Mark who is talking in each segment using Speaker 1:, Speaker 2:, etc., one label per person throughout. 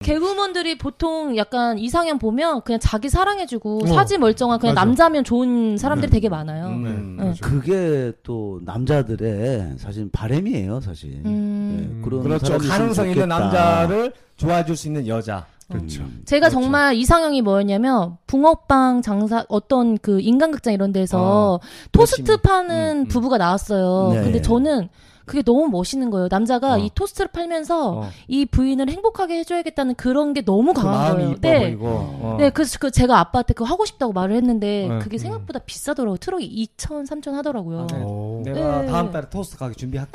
Speaker 1: 개그우먼들이 보통 약간 이상형 보면 그냥 자기 사랑해주고
Speaker 2: 어.
Speaker 1: 사지 멀쩡한 그냥
Speaker 2: 맞아.
Speaker 1: 남자면 좋은 사람들이
Speaker 2: 네.
Speaker 1: 되게 많아요. 음.
Speaker 2: 음,
Speaker 1: 네.
Speaker 2: 그렇죠.
Speaker 3: 그게 또 남자들의 사실 바람이에요, 사실.
Speaker 1: 음.
Speaker 3: 네, 그런
Speaker 4: 그렇죠.
Speaker 3: 사람이 있으면
Speaker 4: 가능성 있는
Speaker 3: 좋겠다.
Speaker 4: 남자를 좋아해 줄 수 있는 여자.
Speaker 3: 그렇죠.
Speaker 1: 제가 정말 이상형이 뭐였냐면 붕어빵 장사 어떤 그 인간극장 이런 데서
Speaker 4: 아,
Speaker 1: 토스트
Speaker 4: 열심히. 음,
Speaker 1: 파는 부부가 나왔어요.
Speaker 3: 네.
Speaker 1: 근데 저는 그게 너무 멋있는 거예요. 남자가
Speaker 4: 예. 어.
Speaker 1: 이 토스트를 팔면서
Speaker 4: 어.
Speaker 1: 이 부인을 행복하게 해줘야겠다는 그런 게 너무
Speaker 4: 그
Speaker 1: 강한
Speaker 4: 마음이
Speaker 1: 거예요.
Speaker 4: 이뻐
Speaker 1: 네.
Speaker 4: 보이고. 어.
Speaker 1: 네, 그래서 그 제가 아빠한테 그거 하고 싶다고 말을 했는데
Speaker 4: 네.
Speaker 1: 그게 생각보다 비싸더라고요. 트럭이 2천, 3천 하더라고요.
Speaker 4: 아, 네.
Speaker 2: 오.
Speaker 4: 내가
Speaker 1: 네.
Speaker 4: 다음 달에 토스트 가게 준비할게.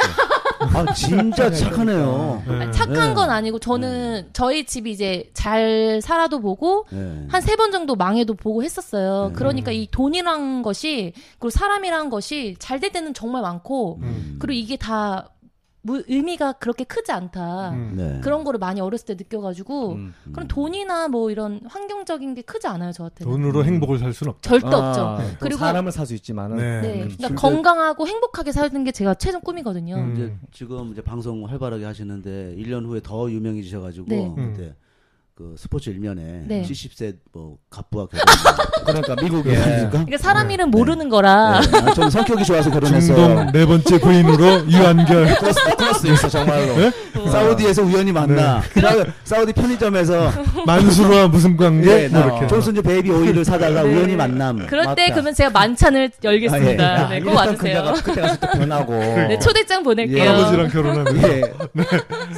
Speaker 3: 아, 진짜 착하네요.
Speaker 4: 그러니까.
Speaker 2: 네.
Speaker 1: 아니, 착한
Speaker 3: 네.
Speaker 1: 건 아니고 저는 저희 집이 이제 잘 살아도 보고
Speaker 3: 네.
Speaker 1: 한 세 번 정도 망해도 보고 했었어요.
Speaker 3: 네.
Speaker 1: 그러니까 이 돈이란 것이 그리고 사람이란 것이 잘 될 때는 정말 많고
Speaker 2: 음.
Speaker 1: 그리고 이게 다 무- 의미가 그렇게 크지 않다.
Speaker 2: 음.
Speaker 3: 네.
Speaker 1: 그런 거를 많이 어렸을 때 느껴가지고
Speaker 4: 음.
Speaker 3: 음.
Speaker 1: 그럼 돈이나 뭐 이런 환경적인 게 크지 않아요 저한테는
Speaker 2: 돈으로 행복을 살 수는 없죠.
Speaker 4: 아,
Speaker 1: 절대 없죠.
Speaker 4: 그리고
Speaker 1: 그리고-
Speaker 4: 사람을 살 수 있지만은
Speaker 2: 네.
Speaker 1: 네,
Speaker 2: 그렇죠.
Speaker 1: 그러니까 건강하고 행복하게 사는 게 제가 최종 꿈이거든요.
Speaker 2: 음.
Speaker 3: 이제 지금 이제 방송 활발하게 하시는데 1년 후에 더 유명해지셔 가지고
Speaker 1: 네.
Speaker 2: 음.
Speaker 3: 그때 그 스포츠 일면에
Speaker 1: 네.
Speaker 3: 70세 뭐 갑부와
Speaker 4: 그러니까 미국에
Speaker 3: 결혼했습니까?
Speaker 1: 그러니까 사람 이름 모르는
Speaker 3: 네.
Speaker 1: 거라
Speaker 3: 좀 성격이 좋아서 결혼했어요.
Speaker 2: 중동 네 번째 부인으로 유한결.
Speaker 3: 크로스, 크로스 있어 정말로. 사우디에서 우연히 만나. 그 사- 사우디 편의점에서
Speaker 2: 만수르와 무슨 관계?
Speaker 3: 예,
Speaker 2: 뭐
Speaker 3: 나
Speaker 2: 이렇게.
Speaker 3: 존슨즈 베이비 오일을 사다가
Speaker 1: 네.
Speaker 3: 우연히 만남.
Speaker 1: 그럴 때
Speaker 3: 맞다.
Speaker 1: 그러면 제가 만찬을 열겠습니다.
Speaker 3: 아,
Speaker 1: 네, 꼭
Speaker 4: 일단
Speaker 1: 와주세요.
Speaker 4: 예, 그때가- 그때 가서 또 변하고
Speaker 1: 네, 초대장 보낼게요.
Speaker 2: 예, 할아버지랑 결혼하면서
Speaker 4: 예.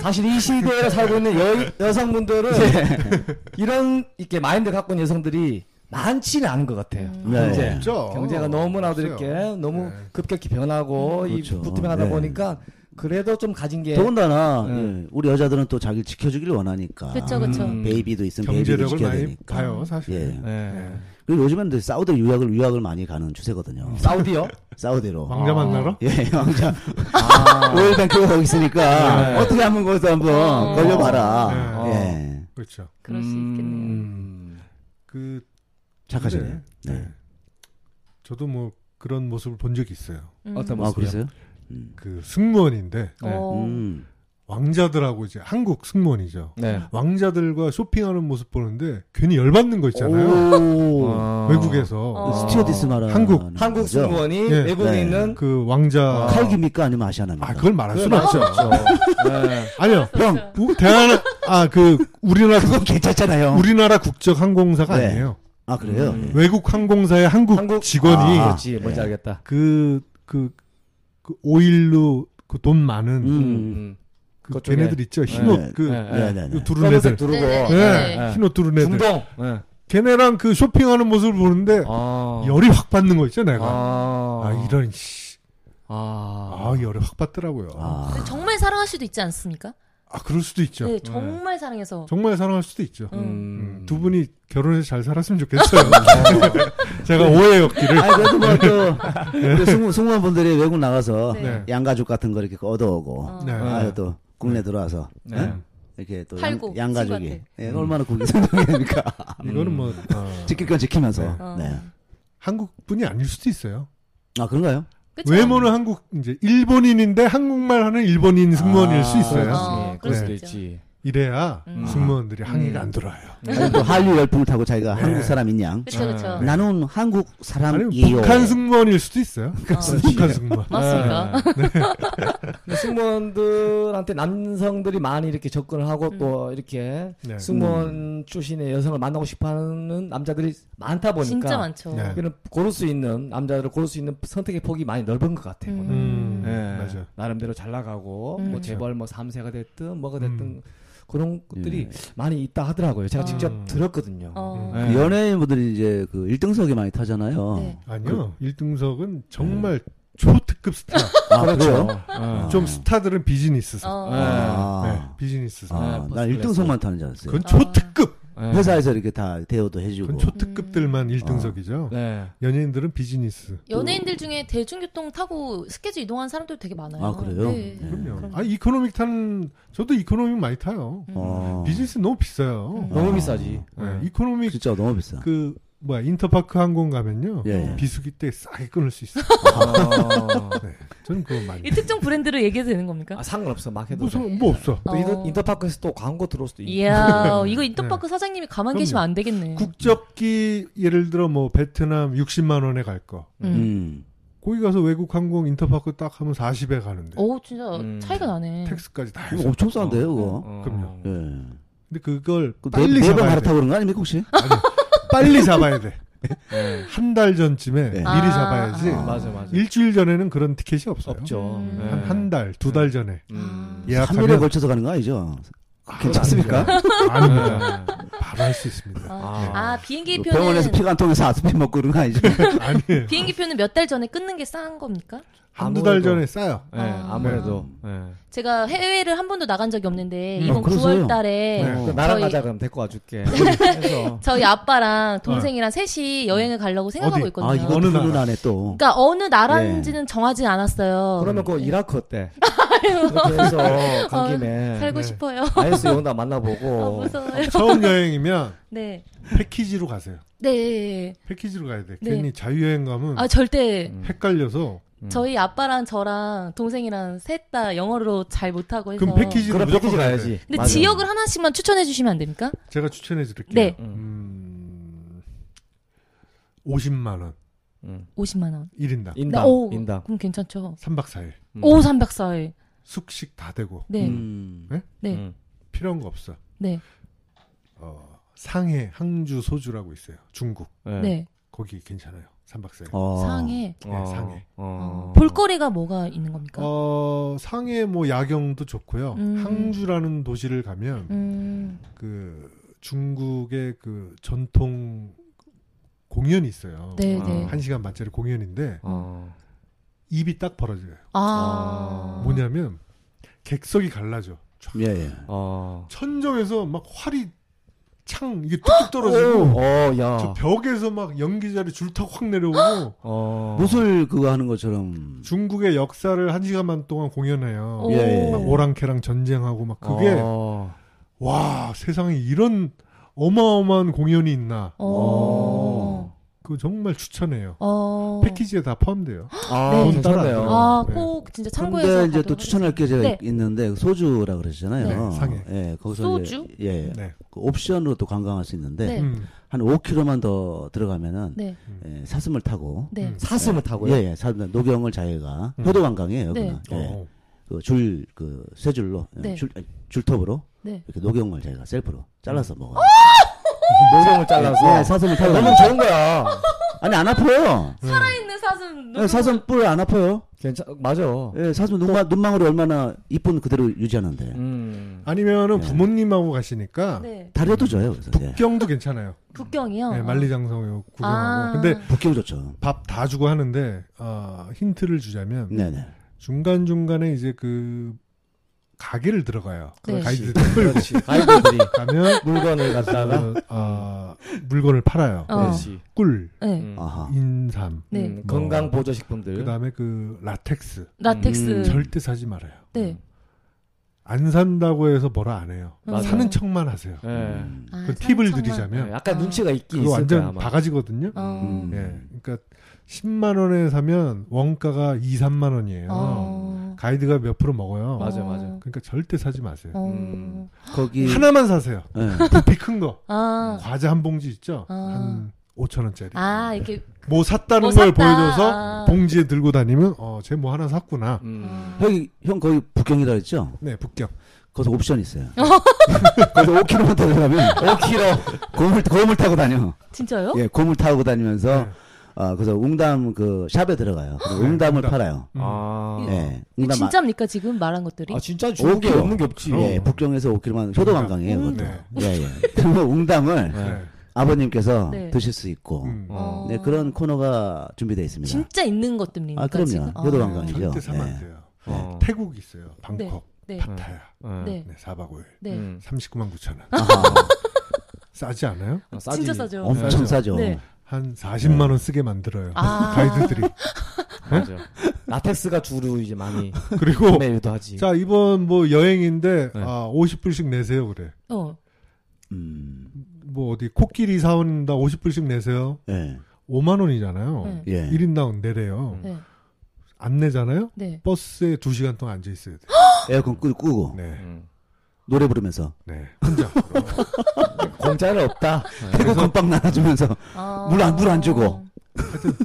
Speaker 4: 사실 이 시대에 살고 있는 여, 여성분들은
Speaker 3: 네.
Speaker 4: 이런 이렇게 마인드 갖고 있는 여성들이 많지는 않은 것 같아요.
Speaker 3: 네.
Speaker 4: 이제
Speaker 5: 없죠.
Speaker 4: 경제가 너무나도
Speaker 2: 그렇죠.
Speaker 4: 이렇게 너무
Speaker 5: 네.
Speaker 4: 급격히 변하고
Speaker 3: 그렇죠.
Speaker 4: 이 부투명하다
Speaker 3: 네.
Speaker 4: 보니까 그래도 좀 가진 게
Speaker 3: 더군다나
Speaker 4: 네.
Speaker 3: 예, 우리 여자들은 또 자기를 지켜주기를 원하니까.
Speaker 1: 그쵸, 그쵸.
Speaker 4: 음.
Speaker 3: 베이비도 있으면 베이비를
Speaker 2: 네. 경제력을
Speaker 3: 지켜야
Speaker 2: 많이
Speaker 3: 예, 되니까.
Speaker 2: 봐요, 사실.
Speaker 3: 예.
Speaker 4: 네.
Speaker 3: 그리고 요즘에는 이제 사우디 유학을 유학을 많이 가는 추세거든요.
Speaker 4: 사우디요?
Speaker 3: 사우디로.
Speaker 2: 왕자 만나러?
Speaker 3: 예, 왕자.
Speaker 4: 아.
Speaker 3: 월뱅크가 거기 있으니까
Speaker 4: 네.
Speaker 3: 어떻게 한번 거기서 한번
Speaker 1: 어.
Speaker 3: 걸려봐라.
Speaker 4: 네.
Speaker 3: 예.
Speaker 2: 그렇죠.
Speaker 1: 그럴 수 있겠네요.
Speaker 4: 음.
Speaker 2: 그
Speaker 3: 착하시네요.
Speaker 2: 네.
Speaker 3: 네.
Speaker 2: 저도 뭐 그런 모습을 본 적이 있어요.
Speaker 1: 음.
Speaker 4: 어떤
Speaker 3: 아,
Speaker 4: 모습이요?
Speaker 3: 그러세요?
Speaker 2: 그 승무원인데
Speaker 4: 네.
Speaker 1: 어.
Speaker 3: 음.
Speaker 2: 왕자들하고 이제 한국 승무원이죠.
Speaker 4: 네.
Speaker 2: 왕자들과 쇼핑하는 모습 보는데 괜히 열받는 거 있잖아요.
Speaker 3: 오.
Speaker 4: 어.
Speaker 2: 외국에서
Speaker 1: 어.
Speaker 3: 스튜어디스 말하는
Speaker 2: 한국-
Speaker 3: 거죠?
Speaker 4: 한국 승무원이
Speaker 2: 예.
Speaker 4: 외국에
Speaker 3: 네.
Speaker 4: 있는
Speaker 2: 그 왕자
Speaker 4: 칼-
Speaker 3: 칼기입니까 아니면 아시아나입니까?
Speaker 2: 아 그걸 말할 수는
Speaker 4: 그건
Speaker 2: 없죠.
Speaker 4: 맞죠. 네.
Speaker 2: 아니요.
Speaker 1: 그럼
Speaker 2: 우- 대한 아그 우리나라 국-
Speaker 3: 그건 괜찮잖아요.
Speaker 2: 우리나라 국적 항공사가
Speaker 3: 네.
Speaker 2: 아니에요.
Speaker 3: 아 그래요?
Speaker 4: 음.
Speaker 3: 예.
Speaker 2: 외국 항공사의 한국,
Speaker 4: 한국-
Speaker 2: 직원이
Speaker 3: 아.
Speaker 4: 그렇지 뭔지 알겠다.
Speaker 2: 그, 그, 그 오일로 그 돈 많은
Speaker 3: 음.
Speaker 4: 음.
Speaker 2: 그
Speaker 4: 그쪽에.
Speaker 2: 걔네들 있죠. 흰옷
Speaker 3: 네.
Speaker 2: 그
Speaker 4: 네.
Speaker 3: 네, 네, 네.
Speaker 2: 요 두른 애들.
Speaker 4: 검은색 두르고
Speaker 1: 네,
Speaker 2: 예.
Speaker 1: 네.
Speaker 4: 네.
Speaker 2: 흰옷 두른 애들.
Speaker 4: 중동.
Speaker 2: 걔네랑 그 쇼핑하는 모습을 보는데
Speaker 4: 아.
Speaker 2: 열이 확 받는 거 있죠, 내가.
Speaker 4: 아.
Speaker 2: 아, 이런 씨.
Speaker 4: 아.
Speaker 2: 아, 열이 확 받더라고요. 아,
Speaker 3: 아.
Speaker 1: 근데 정말 사랑할 수도 있지 않습니까?
Speaker 2: 그럴 수도 있죠.
Speaker 1: 네, 정말 사랑해서.
Speaker 2: 정말 사랑할 수도 있죠.
Speaker 1: 음.
Speaker 2: 음, 두 분이 결혼해서 잘 살았으면 좋겠어요. 제가 오해였기를.
Speaker 3: 아니 그래도 뭐 뭐또 승무 승무원분들이 외국 나가서
Speaker 2: 네.
Speaker 3: 양가죽 같은 거 이렇게 얻어오고
Speaker 1: 어.
Speaker 2: 네.
Speaker 3: 아, 또 국내 들어와서
Speaker 4: 네.
Speaker 3: 예?
Speaker 2: 음.
Speaker 3: 이렇게 또
Speaker 1: 팔고,
Speaker 3: 양, 가죽이
Speaker 1: 친구한테.
Speaker 3: 예, 얼마나 국이 생동이니까
Speaker 2: 이거는 뭐, 어,
Speaker 3: 지킬 건 지키면서
Speaker 1: 어.
Speaker 3: 네.
Speaker 2: 한국 분이 아닐 수도 있어요.
Speaker 3: 아 그런가요?
Speaker 1: 그쵸?
Speaker 2: 외모는 한국 이제 일본인인데 한국말 하는 일본인 승무원일 수 있어요.
Speaker 1: 아. 어,
Speaker 4: 예, 그럴
Speaker 2: 네.
Speaker 4: 수도 있지.
Speaker 2: 이래야
Speaker 1: 음.
Speaker 2: 승무원들이 항의가
Speaker 4: 음.
Speaker 2: 안 들어와요.
Speaker 3: 아니, 또 한류 열풍을 타고 자기가 한국 사람인 양
Speaker 1: 그쵸, 그쵸.
Speaker 4: 네.
Speaker 3: 나는 한국
Speaker 2: 아니
Speaker 3: 사람이요.
Speaker 2: 북한 승무원일 수도 있어요. 북한 승무원.
Speaker 1: 맞습니까?
Speaker 2: 네.
Speaker 4: 네. 승무원들한테 남성들이 많이 이렇게 접근을 하고
Speaker 1: 음.
Speaker 4: 또 이렇게
Speaker 2: 네.
Speaker 4: 승무원 출신의 여성을 만나고 싶어하는 남자들이 많다 보니까
Speaker 1: 진짜 많죠.
Speaker 2: 네.
Speaker 4: 그런 고를 수 있는 남자들을 고를 수 있는 선택의 폭이 많이 넓은 것 같아요.
Speaker 1: 음.
Speaker 2: 음,
Speaker 4: 예,
Speaker 2: 맞아.
Speaker 4: 나름대로 잘 나가고
Speaker 1: 음.
Speaker 4: 뭐 재벌 뭐 3세가 됐든 뭐가 됐든
Speaker 2: 음.
Speaker 4: 그런 것들이 많이 있다 하더라고요. 제가
Speaker 1: 아.
Speaker 4: 직접
Speaker 2: 음.
Speaker 4: 들었거든요.
Speaker 1: 예. 어.
Speaker 4: 예.
Speaker 3: 그 연예인분들이 이제 그 1등석에 많이 타잖아요.
Speaker 1: 네.
Speaker 2: 아니요. 일등석은 정말 초특급 스타.
Speaker 3: 아, 그래요?
Speaker 4: 어.
Speaker 2: 좀 스타들은 비즈니스사.
Speaker 1: 어.
Speaker 4: 예.
Speaker 3: 아,
Speaker 2: 네, 비즈니스사.
Speaker 4: 네,
Speaker 3: 아,
Speaker 4: 버스
Speaker 3: 난 1등석만 타는 줄 알았어요.
Speaker 2: 그건 초특급.
Speaker 4: 예.
Speaker 3: 회사에서 이렇게 다 대우도
Speaker 2: 네. 그건
Speaker 3: 해주고.
Speaker 2: 초특급들만 일등석이죠
Speaker 4: 네.
Speaker 2: 연예인들은 비즈니스.
Speaker 1: 연예인들 중에 대중교통 타고 스케줄 이동하는 사람도 되게 많아요.
Speaker 3: 아 그래요?
Speaker 1: 네.
Speaker 3: 네.
Speaker 2: 그럼요. 아 이코노믹 타는 저도 이코노믹 많이 타요.
Speaker 3: 어,
Speaker 2: 음. 비즈니스 너무 비싸요.
Speaker 4: 너무
Speaker 3: 아.
Speaker 4: 비싸지. 예.
Speaker 2: 네, 이코노믹
Speaker 3: 진짜 너무 비싸.
Speaker 2: 그 뭐야 인터파크 항공 가면요
Speaker 3: 예, 예.
Speaker 2: 비수기 때 싸게 끊을 수 있어. 요
Speaker 4: 어.
Speaker 2: 네. 저는 그건 많이.
Speaker 1: 이 특정 브랜드를 얘기해도 되는 겁니까?
Speaker 4: 아, 상관없어 막 해도
Speaker 2: 뭐,
Speaker 4: 돼.
Speaker 2: 뭐 없어.
Speaker 4: 또
Speaker 1: 어. 예.
Speaker 4: 인터, 인터파크에서 또 광고 들어올 수도 있고
Speaker 1: 이야, 이거 인터파크 사장님이 가만
Speaker 2: 그럼요.
Speaker 1: 계시면 안 되겠네.
Speaker 2: 국적기 예를 들어 뭐 베트남 60만 원에 갈 거.
Speaker 1: 음.
Speaker 3: 음.
Speaker 2: 거기 가서 외국 항공 인터파크 딱 하면 40에 가는데
Speaker 1: 오, 진짜
Speaker 4: 음.
Speaker 1: 차이가 나네.
Speaker 2: 택스까지 다
Speaker 3: 음. 이거
Speaker 2: 해서.
Speaker 3: 엄청 싼데요, 그거.
Speaker 4: 어.
Speaker 2: 그럼요.
Speaker 3: 예.
Speaker 2: 근데 그걸
Speaker 3: 그
Speaker 2: 빨리
Speaker 3: 네, 네번
Speaker 2: 잡아야 돼.
Speaker 3: 갈아타고 그런 거 아닙니까, 혹시?
Speaker 2: 아니, 빨리 잡아야 돼. 한 달 전쯤에
Speaker 3: 네.
Speaker 2: 미리
Speaker 1: 아,
Speaker 2: 잡아야지.
Speaker 1: 아.
Speaker 4: 맞아 맞아
Speaker 2: 일주일 전에는 그런 티켓이 없어요.
Speaker 4: 없죠
Speaker 1: 음.
Speaker 4: 예.
Speaker 2: 한 한 달, 두 달 전에
Speaker 4: 음.
Speaker 2: 예약하면
Speaker 3: 3일에 걸쳐서 가는 거 아니죠? 괜찮습니까?
Speaker 2: 아닙니다. 바로 할 수 있습니다.
Speaker 1: 아,
Speaker 4: 음.
Speaker 1: 아, 비행기
Speaker 3: 그
Speaker 1: 표는
Speaker 3: 병원에서 피가 안 통해서 아스핀 먹고 그런 거 아니죠?
Speaker 1: 네.
Speaker 2: 아니에요.
Speaker 1: 비행기 표는 몇 달 전에 끊는 게 싼 겁니까?
Speaker 2: 한두 달
Speaker 4: 아무래도.
Speaker 2: 전에 싸요.
Speaker 4: 예, 아무래도
Speaker 1: 어.
Speaker 4: 예.
Speaker 1: 제가 해외를 한 번도 나간 적이 없는데
Speaker 3: 음.
Speaker 1: 이번
Speaker 3: 아, 그러세요?
Speaker 1: 9월 달에
Speaker 2: 네.
Speaker 4: 어, 나랑
Speaker 1: 저희-
Speaker 4: 가자 그럼 데리고
Speaker 2: 어.
Speaker 4: 와줄게 그래서
Speaker 1: 저희 아빠랑 동생이랑 셋이 여행을 가려고 생각하고
Speaker 2: 어디?
Speaker 1: 있거든요.
Speaker 3: 아, 이건
Speaker 2: 어느 나라?
Speaker 3: 훈훈하네 또.
Speaker 1: 그러니까 어느 나라인지는 정하진 않았어요. 네.
Speaker 4: 그러면 그 이라크 어때 그렇게 해서 간 김에
Speaker 1: 살고
Speaker 2: 네.
Speaker 1: 싶어요.
Speaker 4: IS 용담
Speaker 1: 아,
Speaker 4: 만나보고
Speaker 1: 무서워요.
Speaker 2: 처음 여행이면
Speaker 1: 네.
Speaker 2: 패키지로 가세요.
Speaker 1: 네.
Speaker 2: 패키지로 가야 돼.
Speaker 1: 네.
Speaker 2: 괜히 자유여행 가면
Speaker 1: 아, 절대
Speaker 4: 음.
Speaker 2: 헷갈려서
Speaker 4: 음.
Speaker 1: 저희 아빠랑 저랑 동생이랑 셋 다 영어로 잘 못하고 해서
Speaker 2: 그럼 패키지로
Speaker 4: 그럼
Speaker 2: 무조건
Speaker 4: 패키지
Speaker 2: 가야
Speaker 4: 가야지
Speaker 2: 돼.
Speaker 1: 근데
Speaker 4: 맞아.
Speaker 1: 지역을 하나씩만 추천해 주시면 안 됩니까?
Speaker 2: 제가 추천해 드릴게요.
Speaker 1: 네.
Speaker 2: 음, 50만 원
Speaker 4: 음.
Speaker 1: 50만 원.
Speaker 2: 일인당
Speaker 4: 인당
Speaker 1: 네, 오,
Speaker 4: 인당
Speaker 1: 그럼 괜찮죠.
Speaker 2: 삼박사일
Speaker 4: 음.
Speaker 1: 오, 3박 4일.
Speaker 2: 숙식 다 되고
Speaker 1: 네.
Speaker 3: 음.
Speaker 1: 네.
Speaker 4: 음.
Speaker 2: 필요한 거 없어.
Speaker 1: 네.
Speaker 2: 어, 상해, 항주, 소주라고 있어요. 중국
Speaker 4: 예.
Speaker 1: 네.
Speaker 2: 거기 괜찮아요. 삼박사일
Speaker 3: 어.
Speaker 1: 상해.
Speaker 2: 네, 상해.
Speaker 1: 어,
Speaker 4: 어.
Speaker 1: 볼거리가 뭐가 있는 겁니까?
Speaker 2: 어, 상해 뭐 야경도 좋고요.
Speaker 1: 그러니까? 음.
Speaker 2: 항주라는 도시를 가면
Speaker 1: 음.
Speaker 2: 그 중국의 그 전통 공연이 있어요.
Speaker 1: 네,
Speaker 4: 아,
Speaker 1: 네.
Speaker 2: 한 시간 반짜리 공연인데
Speaker 4: 어.
Speaker 2: 입이 딱 벌어져요.
Speaker 1: 아.
Speaker 2: 뭐냐면 객석이 갈라져. 촥.
Speaker 3: 예, 예.
Speaker 4: 어.
Speaker 2: 천정에서 막 활이 창 이게 뚝뚝 떨어지고
Speaker 4: 어, 야.
Speaker 2: 저 벽에서 막 연기자리 줄타고 확 내려오고
Speaker 4: 어.
Speaker 3: 무술 그거 하는 것처럼.
Speaker 2: 중국의 역사를 한 시간만 동안 공연해요.
Speaker 1: 오.
Speaker 3: 예, 예.
Speaker 2: 막 오랑캐랑 전쟁하고 막 그게
Speaker 4: 어.
Speaker 2: 와 세상에 이런 어마어마한 공연이 있나
Speaker 1: 어.
Speaker 2: 그거 정말 추천해요
Speaker 1: 어.
Speaker 2: 패키지에 다 포함돼요
Speaker 4: 아,
Speaker 1: 네.
Speaker 4: 괜찮네요.
Speaker 1: 아,
Speaker 2: 네.
Speaker 1: 꼭 진짜 참고해서
Speaker 3: 근데 이제 또
Speaker 1: 가도록
Speaker 3: 추천할 게 제가
Speaker 1: 네.
Speaker 3: 있는데 소주라 그러잖아요.
Speaker 2: 네, 상해.
Speaker 3: 예, 거기서
Speaker 1: 소주?
Speaker 3: 이제, 예, 예.
Speaker 2: 네.
Speaker 3: 그 옵션으로 또 관광할 수 있는데
Speaker 1: 네.
Speaker 2: 음.
Speaker 3: 한 5km만 더 들어가면은
Speaker 1: 네.
Speaker 3: 예, 사슴을 타고
Speaker 1: 네.
Speaker 2: 음.
Speaker 4: 사슴을 타고요.
Speaker 3: 예, 예, 사슴 노경을 자해가
Speaker 2: 음.
Speaker 3: 효도 관광이에요.
Speaker 1: 네.
Speaker 3: 그건. 예.
Speaker 2: 어.
Speaker 3: 그줄그 세 줄로 예,
Speaker 1: 네.
Speaker 3: 줄 아니, 줄톱으로
Speaker 1: 네.
Speaker 3: 이렇게 노경을 자해가 셀프로 잘라서 먹어.
Speaker 4: 노경을 잘라서.
Speaker 3: 예, 사슴을 타고
Speaker 4: 너무 좋은
Speaker 2: 예.
Speaker 4: 거야.
Speaker 3: 아니 안 아파요.
Speaker 1: 살아있는 사슴.
Speaker 2: 네.
Speaker 3: 예, 사슴 뿔 안 아파요.
Speaker 4: 괜찮, 맞아.
Speaker 3: 예, 사슴 눈망 눈망울이 얼마나 이쁜 그대로 유지하는데
Speaker 4: 음.
Speaker 2: 아니면은
Speaker 3: 네.
Speaker 2: 부모님하고 가시니까
Speaker 1: 네.
Speaker 3: 다리도 줘요. 그래서 예.
Speaker 2: 북경도 괜찮아요
Speaker 1: 북경이요.
Speaker 2: 네, 만리장성 구경하고
Speaker 1: 아.
Speaker 2: 근데
Speaker 3: 북경 좋죠.
Speaker 2: 밥 다 주고 하는데 아, 힌트를 주자면
Speaker 3: 네네.
Speaker 4: 음.
Speaker 2: 중간중간에 이제 그 가게를 들어가요
Speaker 1: 네.
Speaker 2: 가이드들 끌고
Speaker 4: 그렇지. 아이들이
Speaker 2: 가면
Speaker 4: 물건을 갖다가.
Speaker 2: 어, 아, 물건을 팔아요
Speaker 1: 어.
Speaker 4: 그렇지.
Speaker 2: 꿀
Speaker 1: 네.
Speaker 4: 음.
Speaker 3: 아하.
Speaker 2: 인삼
Speaker 1: 네.
Speaker 4: 음, 건강 보조식품들.
Speaker 2: 그다음에 그 라텍스
Speaker 1: 라텍스.
Speaker 3: 음,
Speaker 2: 절대 사지 말아요.
Speaker 1: 네.
Speaker 2: 안 산다고 해서 뭐라 안 해요.
Speaker 1: 맞아요.
Speaker 2: 사는 척만 하세요.
Speaker 4: 예.
Speaker 3: 음.
Speaker 1: 음. 네. 아,
Speaker 2: 그
Speaker 1: 삼천만.
Speaker 2: 팁을
Speaker 4: 예,
Speaker 2: 드리자면
Speaker 4: 약간
Speaker 1: 아.
Speaker 4: 눈치가
Speaker 2: 그거
Speaker 4: 있긴 있을 거야,
Speaker 2: 완전
Speaker 4: 아마.
Speaker 2: 바가지거든요.
Speaker 1: 어.
Speaker 3: 음.
Speaker 2: 예. 그러니까 10만 원에 사면 원가가 2, 3만 원이에요.
Speaker 1: 어.
Speaker 2: 가이드가 몇 프로 먹어요.
Speaker 4: 맞아, 맞아.
Speaker 1: 어.
Speaker 2: 그러니까 절대 사지 마세요.
Speaker 1: 어.
Speaker 3: 거기
Speaker 2: 하나만 사세요.
Speaker 3: 예.
Speaker 2: 부피 큰 거.
Speaker 1: 아.
Speaker 2: 과자 한 봉지 있죠?
Speaker 1: 아.
Speaker 2: 한 5천 원짜리.
Speaker 1: 아, 이렇게
Speaker 3: 음.
Speaker 2: 뭐 샀다는
Speaker 1: 뭐
Speaker 2: 걸
Speaker 1: 샀다.
Speaker 2: 보여줘서
Speaker 1: 아.
Speaker 2: 봉지에 들고 다니면 어, 쟤 뭐 하나 샀구나.
Speaker 4: 음.
Speaker 3: 형이 형 거기 북경이라 했죠?
Speaker 2: 네, 북경.
Speaker 3: 거기서 옵션 있어요. 거기서 5km 들어가면 5km 고물 고물 타고 다녀.
Speaker 1: 진짜요?
Speaker 3: 예, 고물 타고 다니면서
Speaker 2: 네.
Speaker 3: 아 그래서 웅담 그 샵에 들어가요. 그래서 웅담을
Speaker 2: 웅담.
Speaker 3: 팔아요.
Speaker 2: 음.
Speaker 4: 아.
Speaker 3: 예,
Speaker 1: 이게
Speaker 3: 웅담
Speaker 1: 진짜입니까 지금 말한 것들이?
Speaker 4: 아, 진짜 중국에
Speaker 3: 5kg.
Speaker 4: 없는 게 없지.
Speaker 3: 아, 예, 북경에서 5km만 효도 관광이에요.
Speaker 1: 음.
Speaker 3: 그것도.
Speaker 2: 어. 네.
Speaker 3: 예, 예. 그리고 웅담을
Speaker 4: 네.
Speaker 2: 네.
Speaker 3: 아버님께서
Speaker 1: 네.
Speaker 3: 드실 수 있고
Speaker 2: 음.
Speaker 4: 어.
Speaker 3: 네, 그런 코너가 준비되어 있습니다.
Speaker 1: 진짜 있는 것들입니까?
Speaker 3: 아
Speaker 1: 지금?
Speaker 3: 그럼요. 효도 관광이죠.
Speaker 2: 절대 사면
Speaker 3: 예.
Speaker 2: 안 돼요.
Speaker 4: 어.
Speaker 2: 태국 있어요. 방콕,
Speaker 1: 네.
Speaker 2: 파타야.
Speaker 4: 예.
Speaker 1: 네.
Speaker 2: 네, 4박 5일.
Speaker 1: 네.
Speaker 4: 음.
Speaker 2: 39만 9천 원.
Speaker 3: 아하,
Speaker 2: 싸지 않아요?
Speaker 4: 아, 싸지.
Speaker 1: 진짜 싸죠.
Speaker 3: 엄청
Speaker 2: 싸죠.
Speaker 3: 싸죠.
Speaker 1: 네.
Speaker 2: 한 40만
Speaker 4: 네.
Speaker 2: 원 쓰게 만들어요.
Speaker 1: 아.
Speaker 2: 가이드들이. 어?
Speaker 4: 맞아. 예? 라텍스가 주로 이제 많이
Speaker 2: 그리고
Speaker 4: 구매도 하지.
Speaker 2: 어. 자 이번 뭐 여행인데
Speaker 4: 네.
Speaker 2: 아 50불씩 내세요 그래.
Speaker 1: 어.
Speaker 3: 음,
Speaker 2: 뭐 어디 코끼리 사온다 50불씩 내세요.
Speaker 3: 예,
Speaker 2: 5만 원이잖아요.
Speaker 1: 네.
Speaker 3: 예.
Speaker 2: 일 1인당 내래요.
Speaker 1: 네.
Speaker 2: 안 내잖아요.
Speaker 1: 네.
Speaker 2: 버스에 두 시간 동안 앉아 있어야 돼.
Speaker 3: 에어컨 끄, 끄고
Speaker 2: 네,
Speaker 4: 음.
Speaker 3: 노래 부르면서
Speaker 2: 네, 혼자.
Speaker 4: 공짜는 없다.
Speaker 3: 태국 건빵 나눠주면서
Speaker 1: 아.
Speaker 3: 물 안- 물안 주고.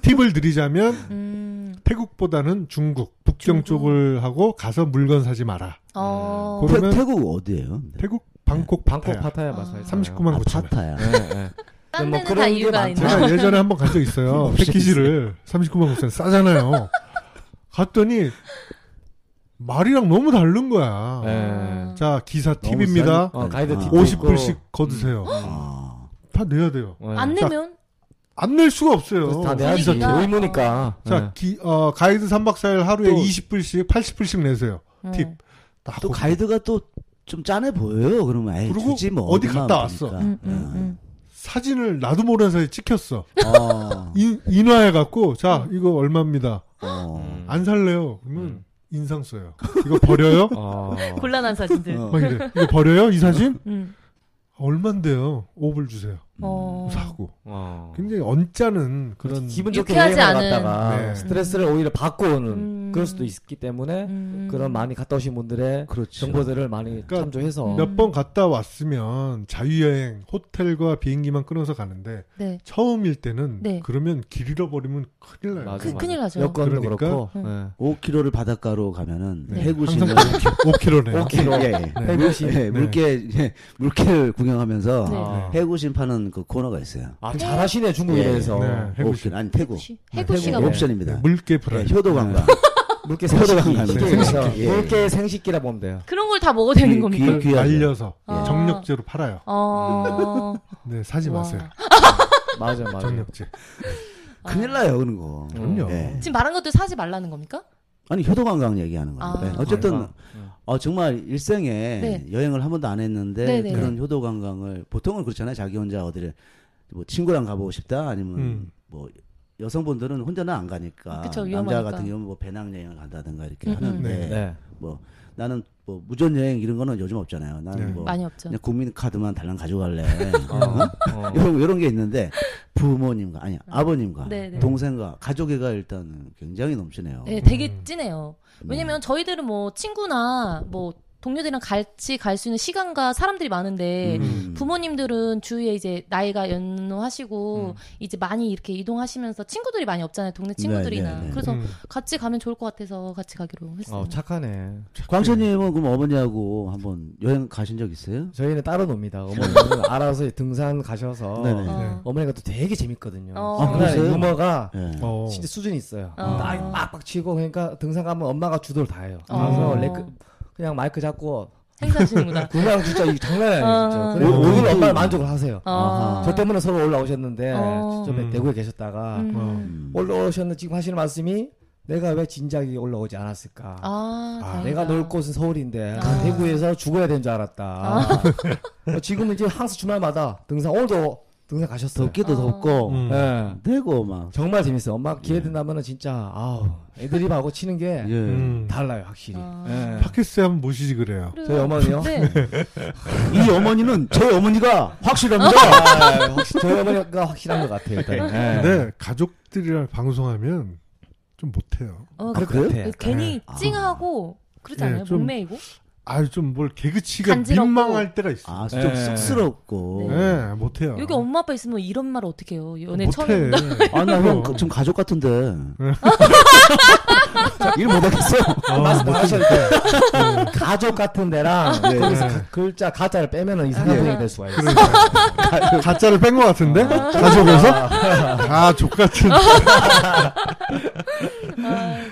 Speaker 2: 팁을 드리자면
Speaker 1: 음.
Speaker 2: 태국보다는 중국,
Speaker 1: 중국.
Speaker 2: 북경 쪽을 하고 가서 물건 사지 마라.
Speaker 1: 어.
Speaker 2: 음.
Speaker 3: 태,
Speaker 2: 그러면-
Speaker 3: 태국 어디예요? 근데?
Speaker 2: 태국 방콕
Speaker 4: 네. 방콕
Speaker 2: 파타야.
Speaker 4: 파타야
Speaker 1: 아.
Speaker 4: 마사이.
Speaker 2: 39만
Speaker 3: 아,
Speaker 2: 9천 원.
Speaker 3: 파타야.
Speaker 4: 네, 네.
Speaker 1: 딴
Speaker 4: 뭐
Speaker 1: 데는
Speaker 4: 그런
Speaker 1: 다
Speaker 4: 게
Speaker 1: 이유가
Speaker 4: 많죠.
Speaker 1: 있나?
Speaker 2: 제가 예전에 한 번 간 적 있어요. 패키지를 39만 9천 싸잖아요. 갔더니 말이랑 너무 다른 거야.
Speaker 1: 아. 어.
Speaker 4: 네.
Speaker 2: 자 기사
Speaker 4: 너무
Speaker 2: 팁입니다.
Speaker 4: 싸니? 어, 가이드
Speaker 3: 아.
Speaker 4: 팁
Speaker 2: 50불씩 거두세요.
Speaker 3: 아,
Speaker 2: 다 내야 돼요.
Speaker 1: 안
Speaker 4: 네.
Speaker 1: 내면
Speaker 2: 안 낼 수가 없어요.
Speaker 4: 예. 다 내야지. 네.
Speaker 1: 분위기가-
Speaker 4: 의무니까.
Speaker 2: 자 기, 어, 가이드 3박 4일 하루에
Speaker 3: 또-
Speaker 2: 20불씩 80불씩 내세요.
Speaker 1: 음,
Speaker 2: 팁. 다
Speaker 3: 또
Speaker 2: 거기.
Speaker 3: 가이드가 또 좀 짠해 보여요. 그러면 아이
Speaker 2: 그리고
Speaker 3: 주지 뭐
Speaker 2: 어디 갔다
Speaker 3: 얼마
Speaker 2: 왔어.
Speaker 3: 보니까.
Speaker 1: 음, 음, 음.
Speaker 2: 사진을 나도 모르는 사이에 찍혔어.
Speaker 3: 어,
Speaker 2: 인, 인화해갖고 자 이거 얼마입니다.
Speaker 4: 예.
Speaker 3: 어.
Speaker 4: 아,
Speaker 2: 안 살래요. 그러면
Speaker 4: 음.
Speaker 2: 인상 써요. 이거 버려요?
Speaker 4: 어.
Speaker 1: 곤란한 사진들.
Speaker 3: 아. 어.
Speaker 2: 막 이래. 이거 버려요? 이 사진?
Speaker 1: 음.
Speaker 2: 얼만데요? 5불 주세요. 뭐,
Speaker 3: 음.
Speaker 1: 어.
Speaker 2: 사고.
Speaker 4: 어.
Speaker 2: 굉장히 언짢은 그런.
Speaker 4: 기분 좋게
Speaker 1: 유쾌하지
Speaker 4: 여행을
Speaker 1: 않은.
Speaker 4: 갔다가
Speaker 2: 네.
Speaker 4: 스트레스를 오히려 받고 오는
Speaker 1: 음.
Speaker 4: 그럴 수도 있기 때문에
Speaker 1: 음.
Speaker 4: 그런 많이 갔다 오신 분들의
Speaker 3: 그렇죠.
Speaker 4: 정보들을 많이
Speaker 2: 그러니까
Speaker 4: 참조해서
Speaker 1: 음.
Speaker 2: 몇 번 갔다 왔으면 자유여행, 호텔과 비행기만 끊어서 가는데
Speaker 1: 네.
Speaker 2: 처음일 때는
Speaker 1: 네.
Speaker 2: 그러면 길 잃어버리면 큰일 나요.
Speaker 4: 맞아.
Speaker 1: 그, 큰일 나죠.
Speaker 4: 여건도
Speaker 2: 그러니까.
Speaker 4: 그렇고
Speaker 1: 음.
Speaker 3: 5km를 바닷가로 가면은
Speaker 2: 네.
Speaker 3: 해구신을
Speaker 2: 5km네요.
Speaker 4: 5km.
Speaker 3: 예, 예.
Speaker 4: 해구신.
Speaker 2: 네.
Speaker 3: 예, 물개 예, 물개를 구경하면서
Speaker 1: 네.
Speaker 4: 네. 아.
Speaker 3: 해구신 파는 그 코너가 있어요.
Speaker 4: 아 잘하시네 중국에서
Speaker 2: 네. 해구신.
Speaker 3: 옵션 아니 태국
Speaker 1: 해구시. 해구시가
Speaker 4: 해구.
Speaker 1: 뭐?
Speaker 3: 옵션입니다.
Speaker 2: 네, 물개 브라이.
Speaker 3: 예, 효도 관광.
Speaker 4: 물개
Speaker 3: 서로가
Speaker 4: 생식기
Speaker 3: 강합니다.
Speaker 4: 시중에서
Speaker 3: 생식기. 예.
Speaker 4: 물개 생식기라 보면 돼요.
Speaker 1: 그런 걸 다 먹어도 되는
Speaker 3: 귀-
Speaker 1: 겁니까?
Speaker 3: 귀- 귀하죠.
Speaker 2: 말려서
Speaker 1: 예.
Speaker 2: 정력제로 팔아요.
Speaker 1: 어.
Speaker 2: 네, 사지
Speaker 1: 와.
Speaker 2: 마세요.
Speaker 4: 맞아 맞아.
Speaker 2: 정력제.
Speaker 3: 음. 큰일 나요 그런 거.
Speaker 2: 그럼요.
Speaker 3: 예.
Speaker 1: 지금 말한 것도 사지 말라는 겁니까?
Speaker 3: 아니 효도 관광 얘기하는 거예요.
Speaker 1: 아.
Speaker 3: 예, 어쨌든
Speaker 4: 관광. 음.
Speaker 3: 어, 정말 일생에
Speaker 1: 네.
Speaker 3: 여행을 한 번도 안 했는데
Speaker 1: 네네.
Speaker 3: 그런 효도 관광을 보통은 그렇잖아요. 자기 혼자 어디를 뭐 친구랑 가보고 싶다 아니면
Speaker 2: 음.
Speaker 3: 뭐 여성분들은 혼자는 안 가니까
Speaker 1: 그쵸,
Speaker 3: 남자
Speaker 1: 위험하니까.
Speaker 3: 같은 경우는 뭐 배낭여행을 간다든가 이렇게
Speaker 1: 음,
Speaker 3: 하는데
Speaker 2: 음.
Speaker 4: 네.
Speaker 3: 뭐 나는 뭐 무전 여행 이런 거는 요즘 없잖아요. 나는
Speaker 2: 네.
Speaker 3: 뭐
Speaker 1: 많이 없죠.
Speaker 3: 그냥 국민 카드만 달랑 가져갈래.
Speaker 4: 어, 어.
Speaker 3: 이런 이런 게 있는데 부모님과 아니 아버님과
Speaker 1: 네, 네.
Speaker 3: 동생과 가족애가 일단 굉장히 넘치네요.
Speaker 1: 네, 되게 진해요.
Speaker 4: 네.
Speaker 1: 왜냐면 저희들은 뭐 친구나 뭐 동료들이랑 같이 갈 수 있는 시간과 사람들이 많은데
Speaker 2: 음.
Speaker 1: 네. 부모님들은 주위에 이제 나이가
Speaker 4: 음.
Speaker 1: 연로하시고 이제 많이 이렇게 이동하시면서 친구들이 많이 없잖아요. 동네 친구들이나.
Speaker 3: 네, 네, 네.
Speaker 1: 그래서
Speaker 2: 음.
Speaker 1: 같이 가면 좋을 것 같아서 같이 가기로 했어요.
Speaker 4: 어, 착하네.
Speaker 3: 광천님은 그럼 어머니하고 한번 여행 가신 적 있어요?
Speaker 4: 저희는 따로 놉니다. 어머니는 알아서 등산 가셔서
Speaker 3: 네네.
Speaker 1: 어.
Speaker 2: 네.
Speaker 4: 어머니가 또 되게 재밌거든요.
Speaker 1: 어. 아,
Speaker 4: 장난 아니에요.
Speaker 3: 그러세요?
Speaker 4: 유머가
Speaker 3: 예.
Speaker 2: 어.
Speaker 4: 진짜 수준이 있어요.
Speaker 1: 어.
Speaker 4: 딱 빡빡 치고 그러니까 등산 가면 엄마가 주도를 다 해요.
Speaker 1: 어.
Speaker 4: 그래서 레크, 그냥 마이크 잡고 아,
Speaker 1: 행사하시는구나.
Speaker 4: 그냥 진짜 이 장난이 아니에요. 진짜.
Speaker 1: 어.
Speaker 4: 그래서
Speaker 2: 어.
Speaker 4: 오늘 엄마를 만족을 하세요.
Speaker 1: 어.
Speaker 4: 저 때문에 서울 올라오셨는데
Speaker 1: 어.
Speaker 4: 진짜
Speaker 2: 음.
Speaker 4: 대구에 계셨다가
Speaker 1: 음.
Speaker 2: 어.
Speaker 3: 음.
Speaker 4: 올라오셨는데 지금 하시는 말씀이 내가 왜 진작에 올라오지 않았을까?
Speaker 1: 아,
Speaker 2: 아,
Speaker 1: 다행이다.
Speaker 4: 내가 놀 곳은 서울인데 그
Speaker 1: 아.
Speaker 4: 대구에서 죽어야 되는 줄 알았다. 어, 지금은 이제 항상 주말마다 등산 오늘도 등산 가셨어요.
Speaker 3: 덥기도
Speaker 1: 어.
Speaker 3: 덥고
Speaker 2: 음.
Speaker 4: 예.
Speaker 3: 되고 막
Speaker 4: 정말 재밌어요. 엄마 기회 된다면은 진짜 아우 애드립하고 치는
Speaker 1: 네.
Speaker 4: 게
Speaker 3: 예.
Speaker 2: 음.
Speaker 4: 달라요 확실히.
Speaker 1: 아.
Speaker 4: 예.
Speaker 2: 팟캐스트에 한번 모시지 그래요.
Speaker 1: 그래요.
Speaker 4: 저희 어머니요?
Speaker 1: 네.
Speaker 3: 이 어머니는 저희 어머니가 확실합니다.
Speaker 4: 아, 확실- 저희 어머니가 확실한 것 같아요. 일단.
Speaker 3: 네.
Speaker 4: 예.
Speaker 2: 근데 가족들이랑 방송하면 좀 못해요.
Speaker 1: 어,
Speaker 3: 아, 그래요?
Speaker 4: 같아요.
Speaker 1: 괜히 찡하고 그러지 않아요?
Speaker 2: 네, 예. 좀-
Speaker 1: 목매이고?
Speaker 2: 아유 좀 뭘 개그치가
Speaker 1: 간지럽고.
Speaker 2: 민망할 때가 있어.
Speaker 3: 아, 좀
Speaker 4: 예.
Speaker 3: 쑥스럽고.
Speaker 2: 예, 못해요.
Speaker 1: 여기 엄마 아빠 있으면 이런 말 어떻게 해요? 연애
Speaker 2: 못해.
Speaker 1: 처음에
Speaker 3: 아, 나
Speaker 2: 그럼.
Speaker 3: 형, 그- 지금 가족 같은데.
Speaker 2: 네.
Speaker 3: 일 못하겠어요.
Speaker 2: 아,
Speaker 4: 말씀
Speaker 2: 못-
Speaker 4: 하실 때 음, 가족 같은 데랑
Speaker 3: 예.
Speaker 4: 거기서 가- 글자 가자를 빼면은 이상한
Speaker 2: 예.
Speaker 4: 얘기 될 수가 있어요.
Speaker 2: 그러니까. 가짜를 뺀 것 같은데 가족에서 아 족같은.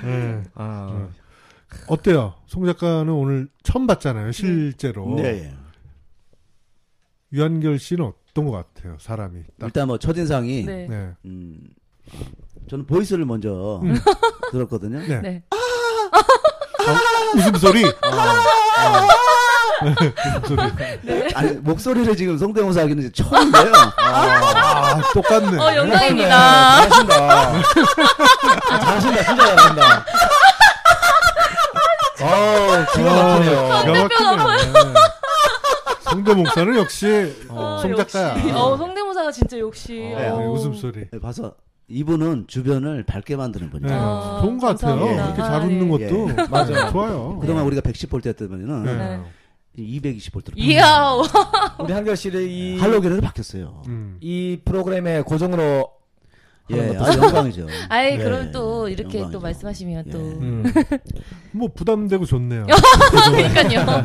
Speaker 2: 예.
Speaker 4: 아,
Speaker 2: 어때요? 송 작가는 오늘 처음 봤잖아요, 실제로.
Speaker 3: 네.
Speaker 2: 유한결 씨는 어떤 것 같아요, 사람이? 딱.
Speaker 3: 일단 뭐, 첫인상이.
Speaker 1: 네.
Speaker 2: 네.
Speaker 3: 음, 저는 보이스를 먼저 들었거든요.
Speaker 2: 음. 네.
Speaker 1: 네.
Speaker 2: 웃음소리.
Speaker 1: 아.
Speaker 3: 아니, 목소리를 지금 성대모사 하기는 이제 처음인데요.
Speaker 2: 아, 똑같네.
Speaker 1: 어, 영광입니다.
Speaker 4: 잘하신다. 잘하신다. 진짜 잘하신다. 어우, 기가 막히네요.
Speaker 2: 막히네. 성대 목사는 역시
Speaker 1: 어,
Speaker 2: 송 작가야.
Speaker 1: 역시. 어, 성대모사가 진짜 역시.
Speaker 3: 네,
Speaker 2: 네,
Speaker 1: 어우.
Speaker 2: 웃음소리.
Speaker 3: 네, 봐서 이분은 주변을 밝게 만드는
Speaker 2: 네.
Speaker 3: 분이에요.
Speaker 1: 아,
Speaker 2: 좋은 것 같아요.
Speaker 1: 감사합니다.
Speaker 2: 이렇게 잘
Speaker 1: 아,
Speaker 2: 웃는
Speaker 1: 네.
Speaker 2: 것도
Speaker 3: 예.
Speaker 2: 맞아요. 좋아요.
Speaker 3: 그동안 우리가 110볼트였다면은
Speaker 2: 네.
Speaker 1: 네.
Speaker 3: 220볼트로
Speaker 1: 이야.
Speaker 4: 우리 한결 씨를 이,
Speaker 3: 할로겐으로 바뀌었어요.
Speaker 2: 음.
Speaker 4: 이 프로그램의 고정으로 하는
Speaker 3: 예,
Speaker 4: 것도
Speaker 3: 아, 영광이죠.
Speaker 1: 아이
Speaker 3: 네.
Speaker 1: 그럼 또 이렇게 또
Speaker 3: 영광이죠.
Speaker 1: 말씀하시면 또.
Speaker 3: 예.
Speaker 2: 음. 뭐 부담되고 좋네요.
Speaker 1: 그러니까요.
Speaker 2: 네.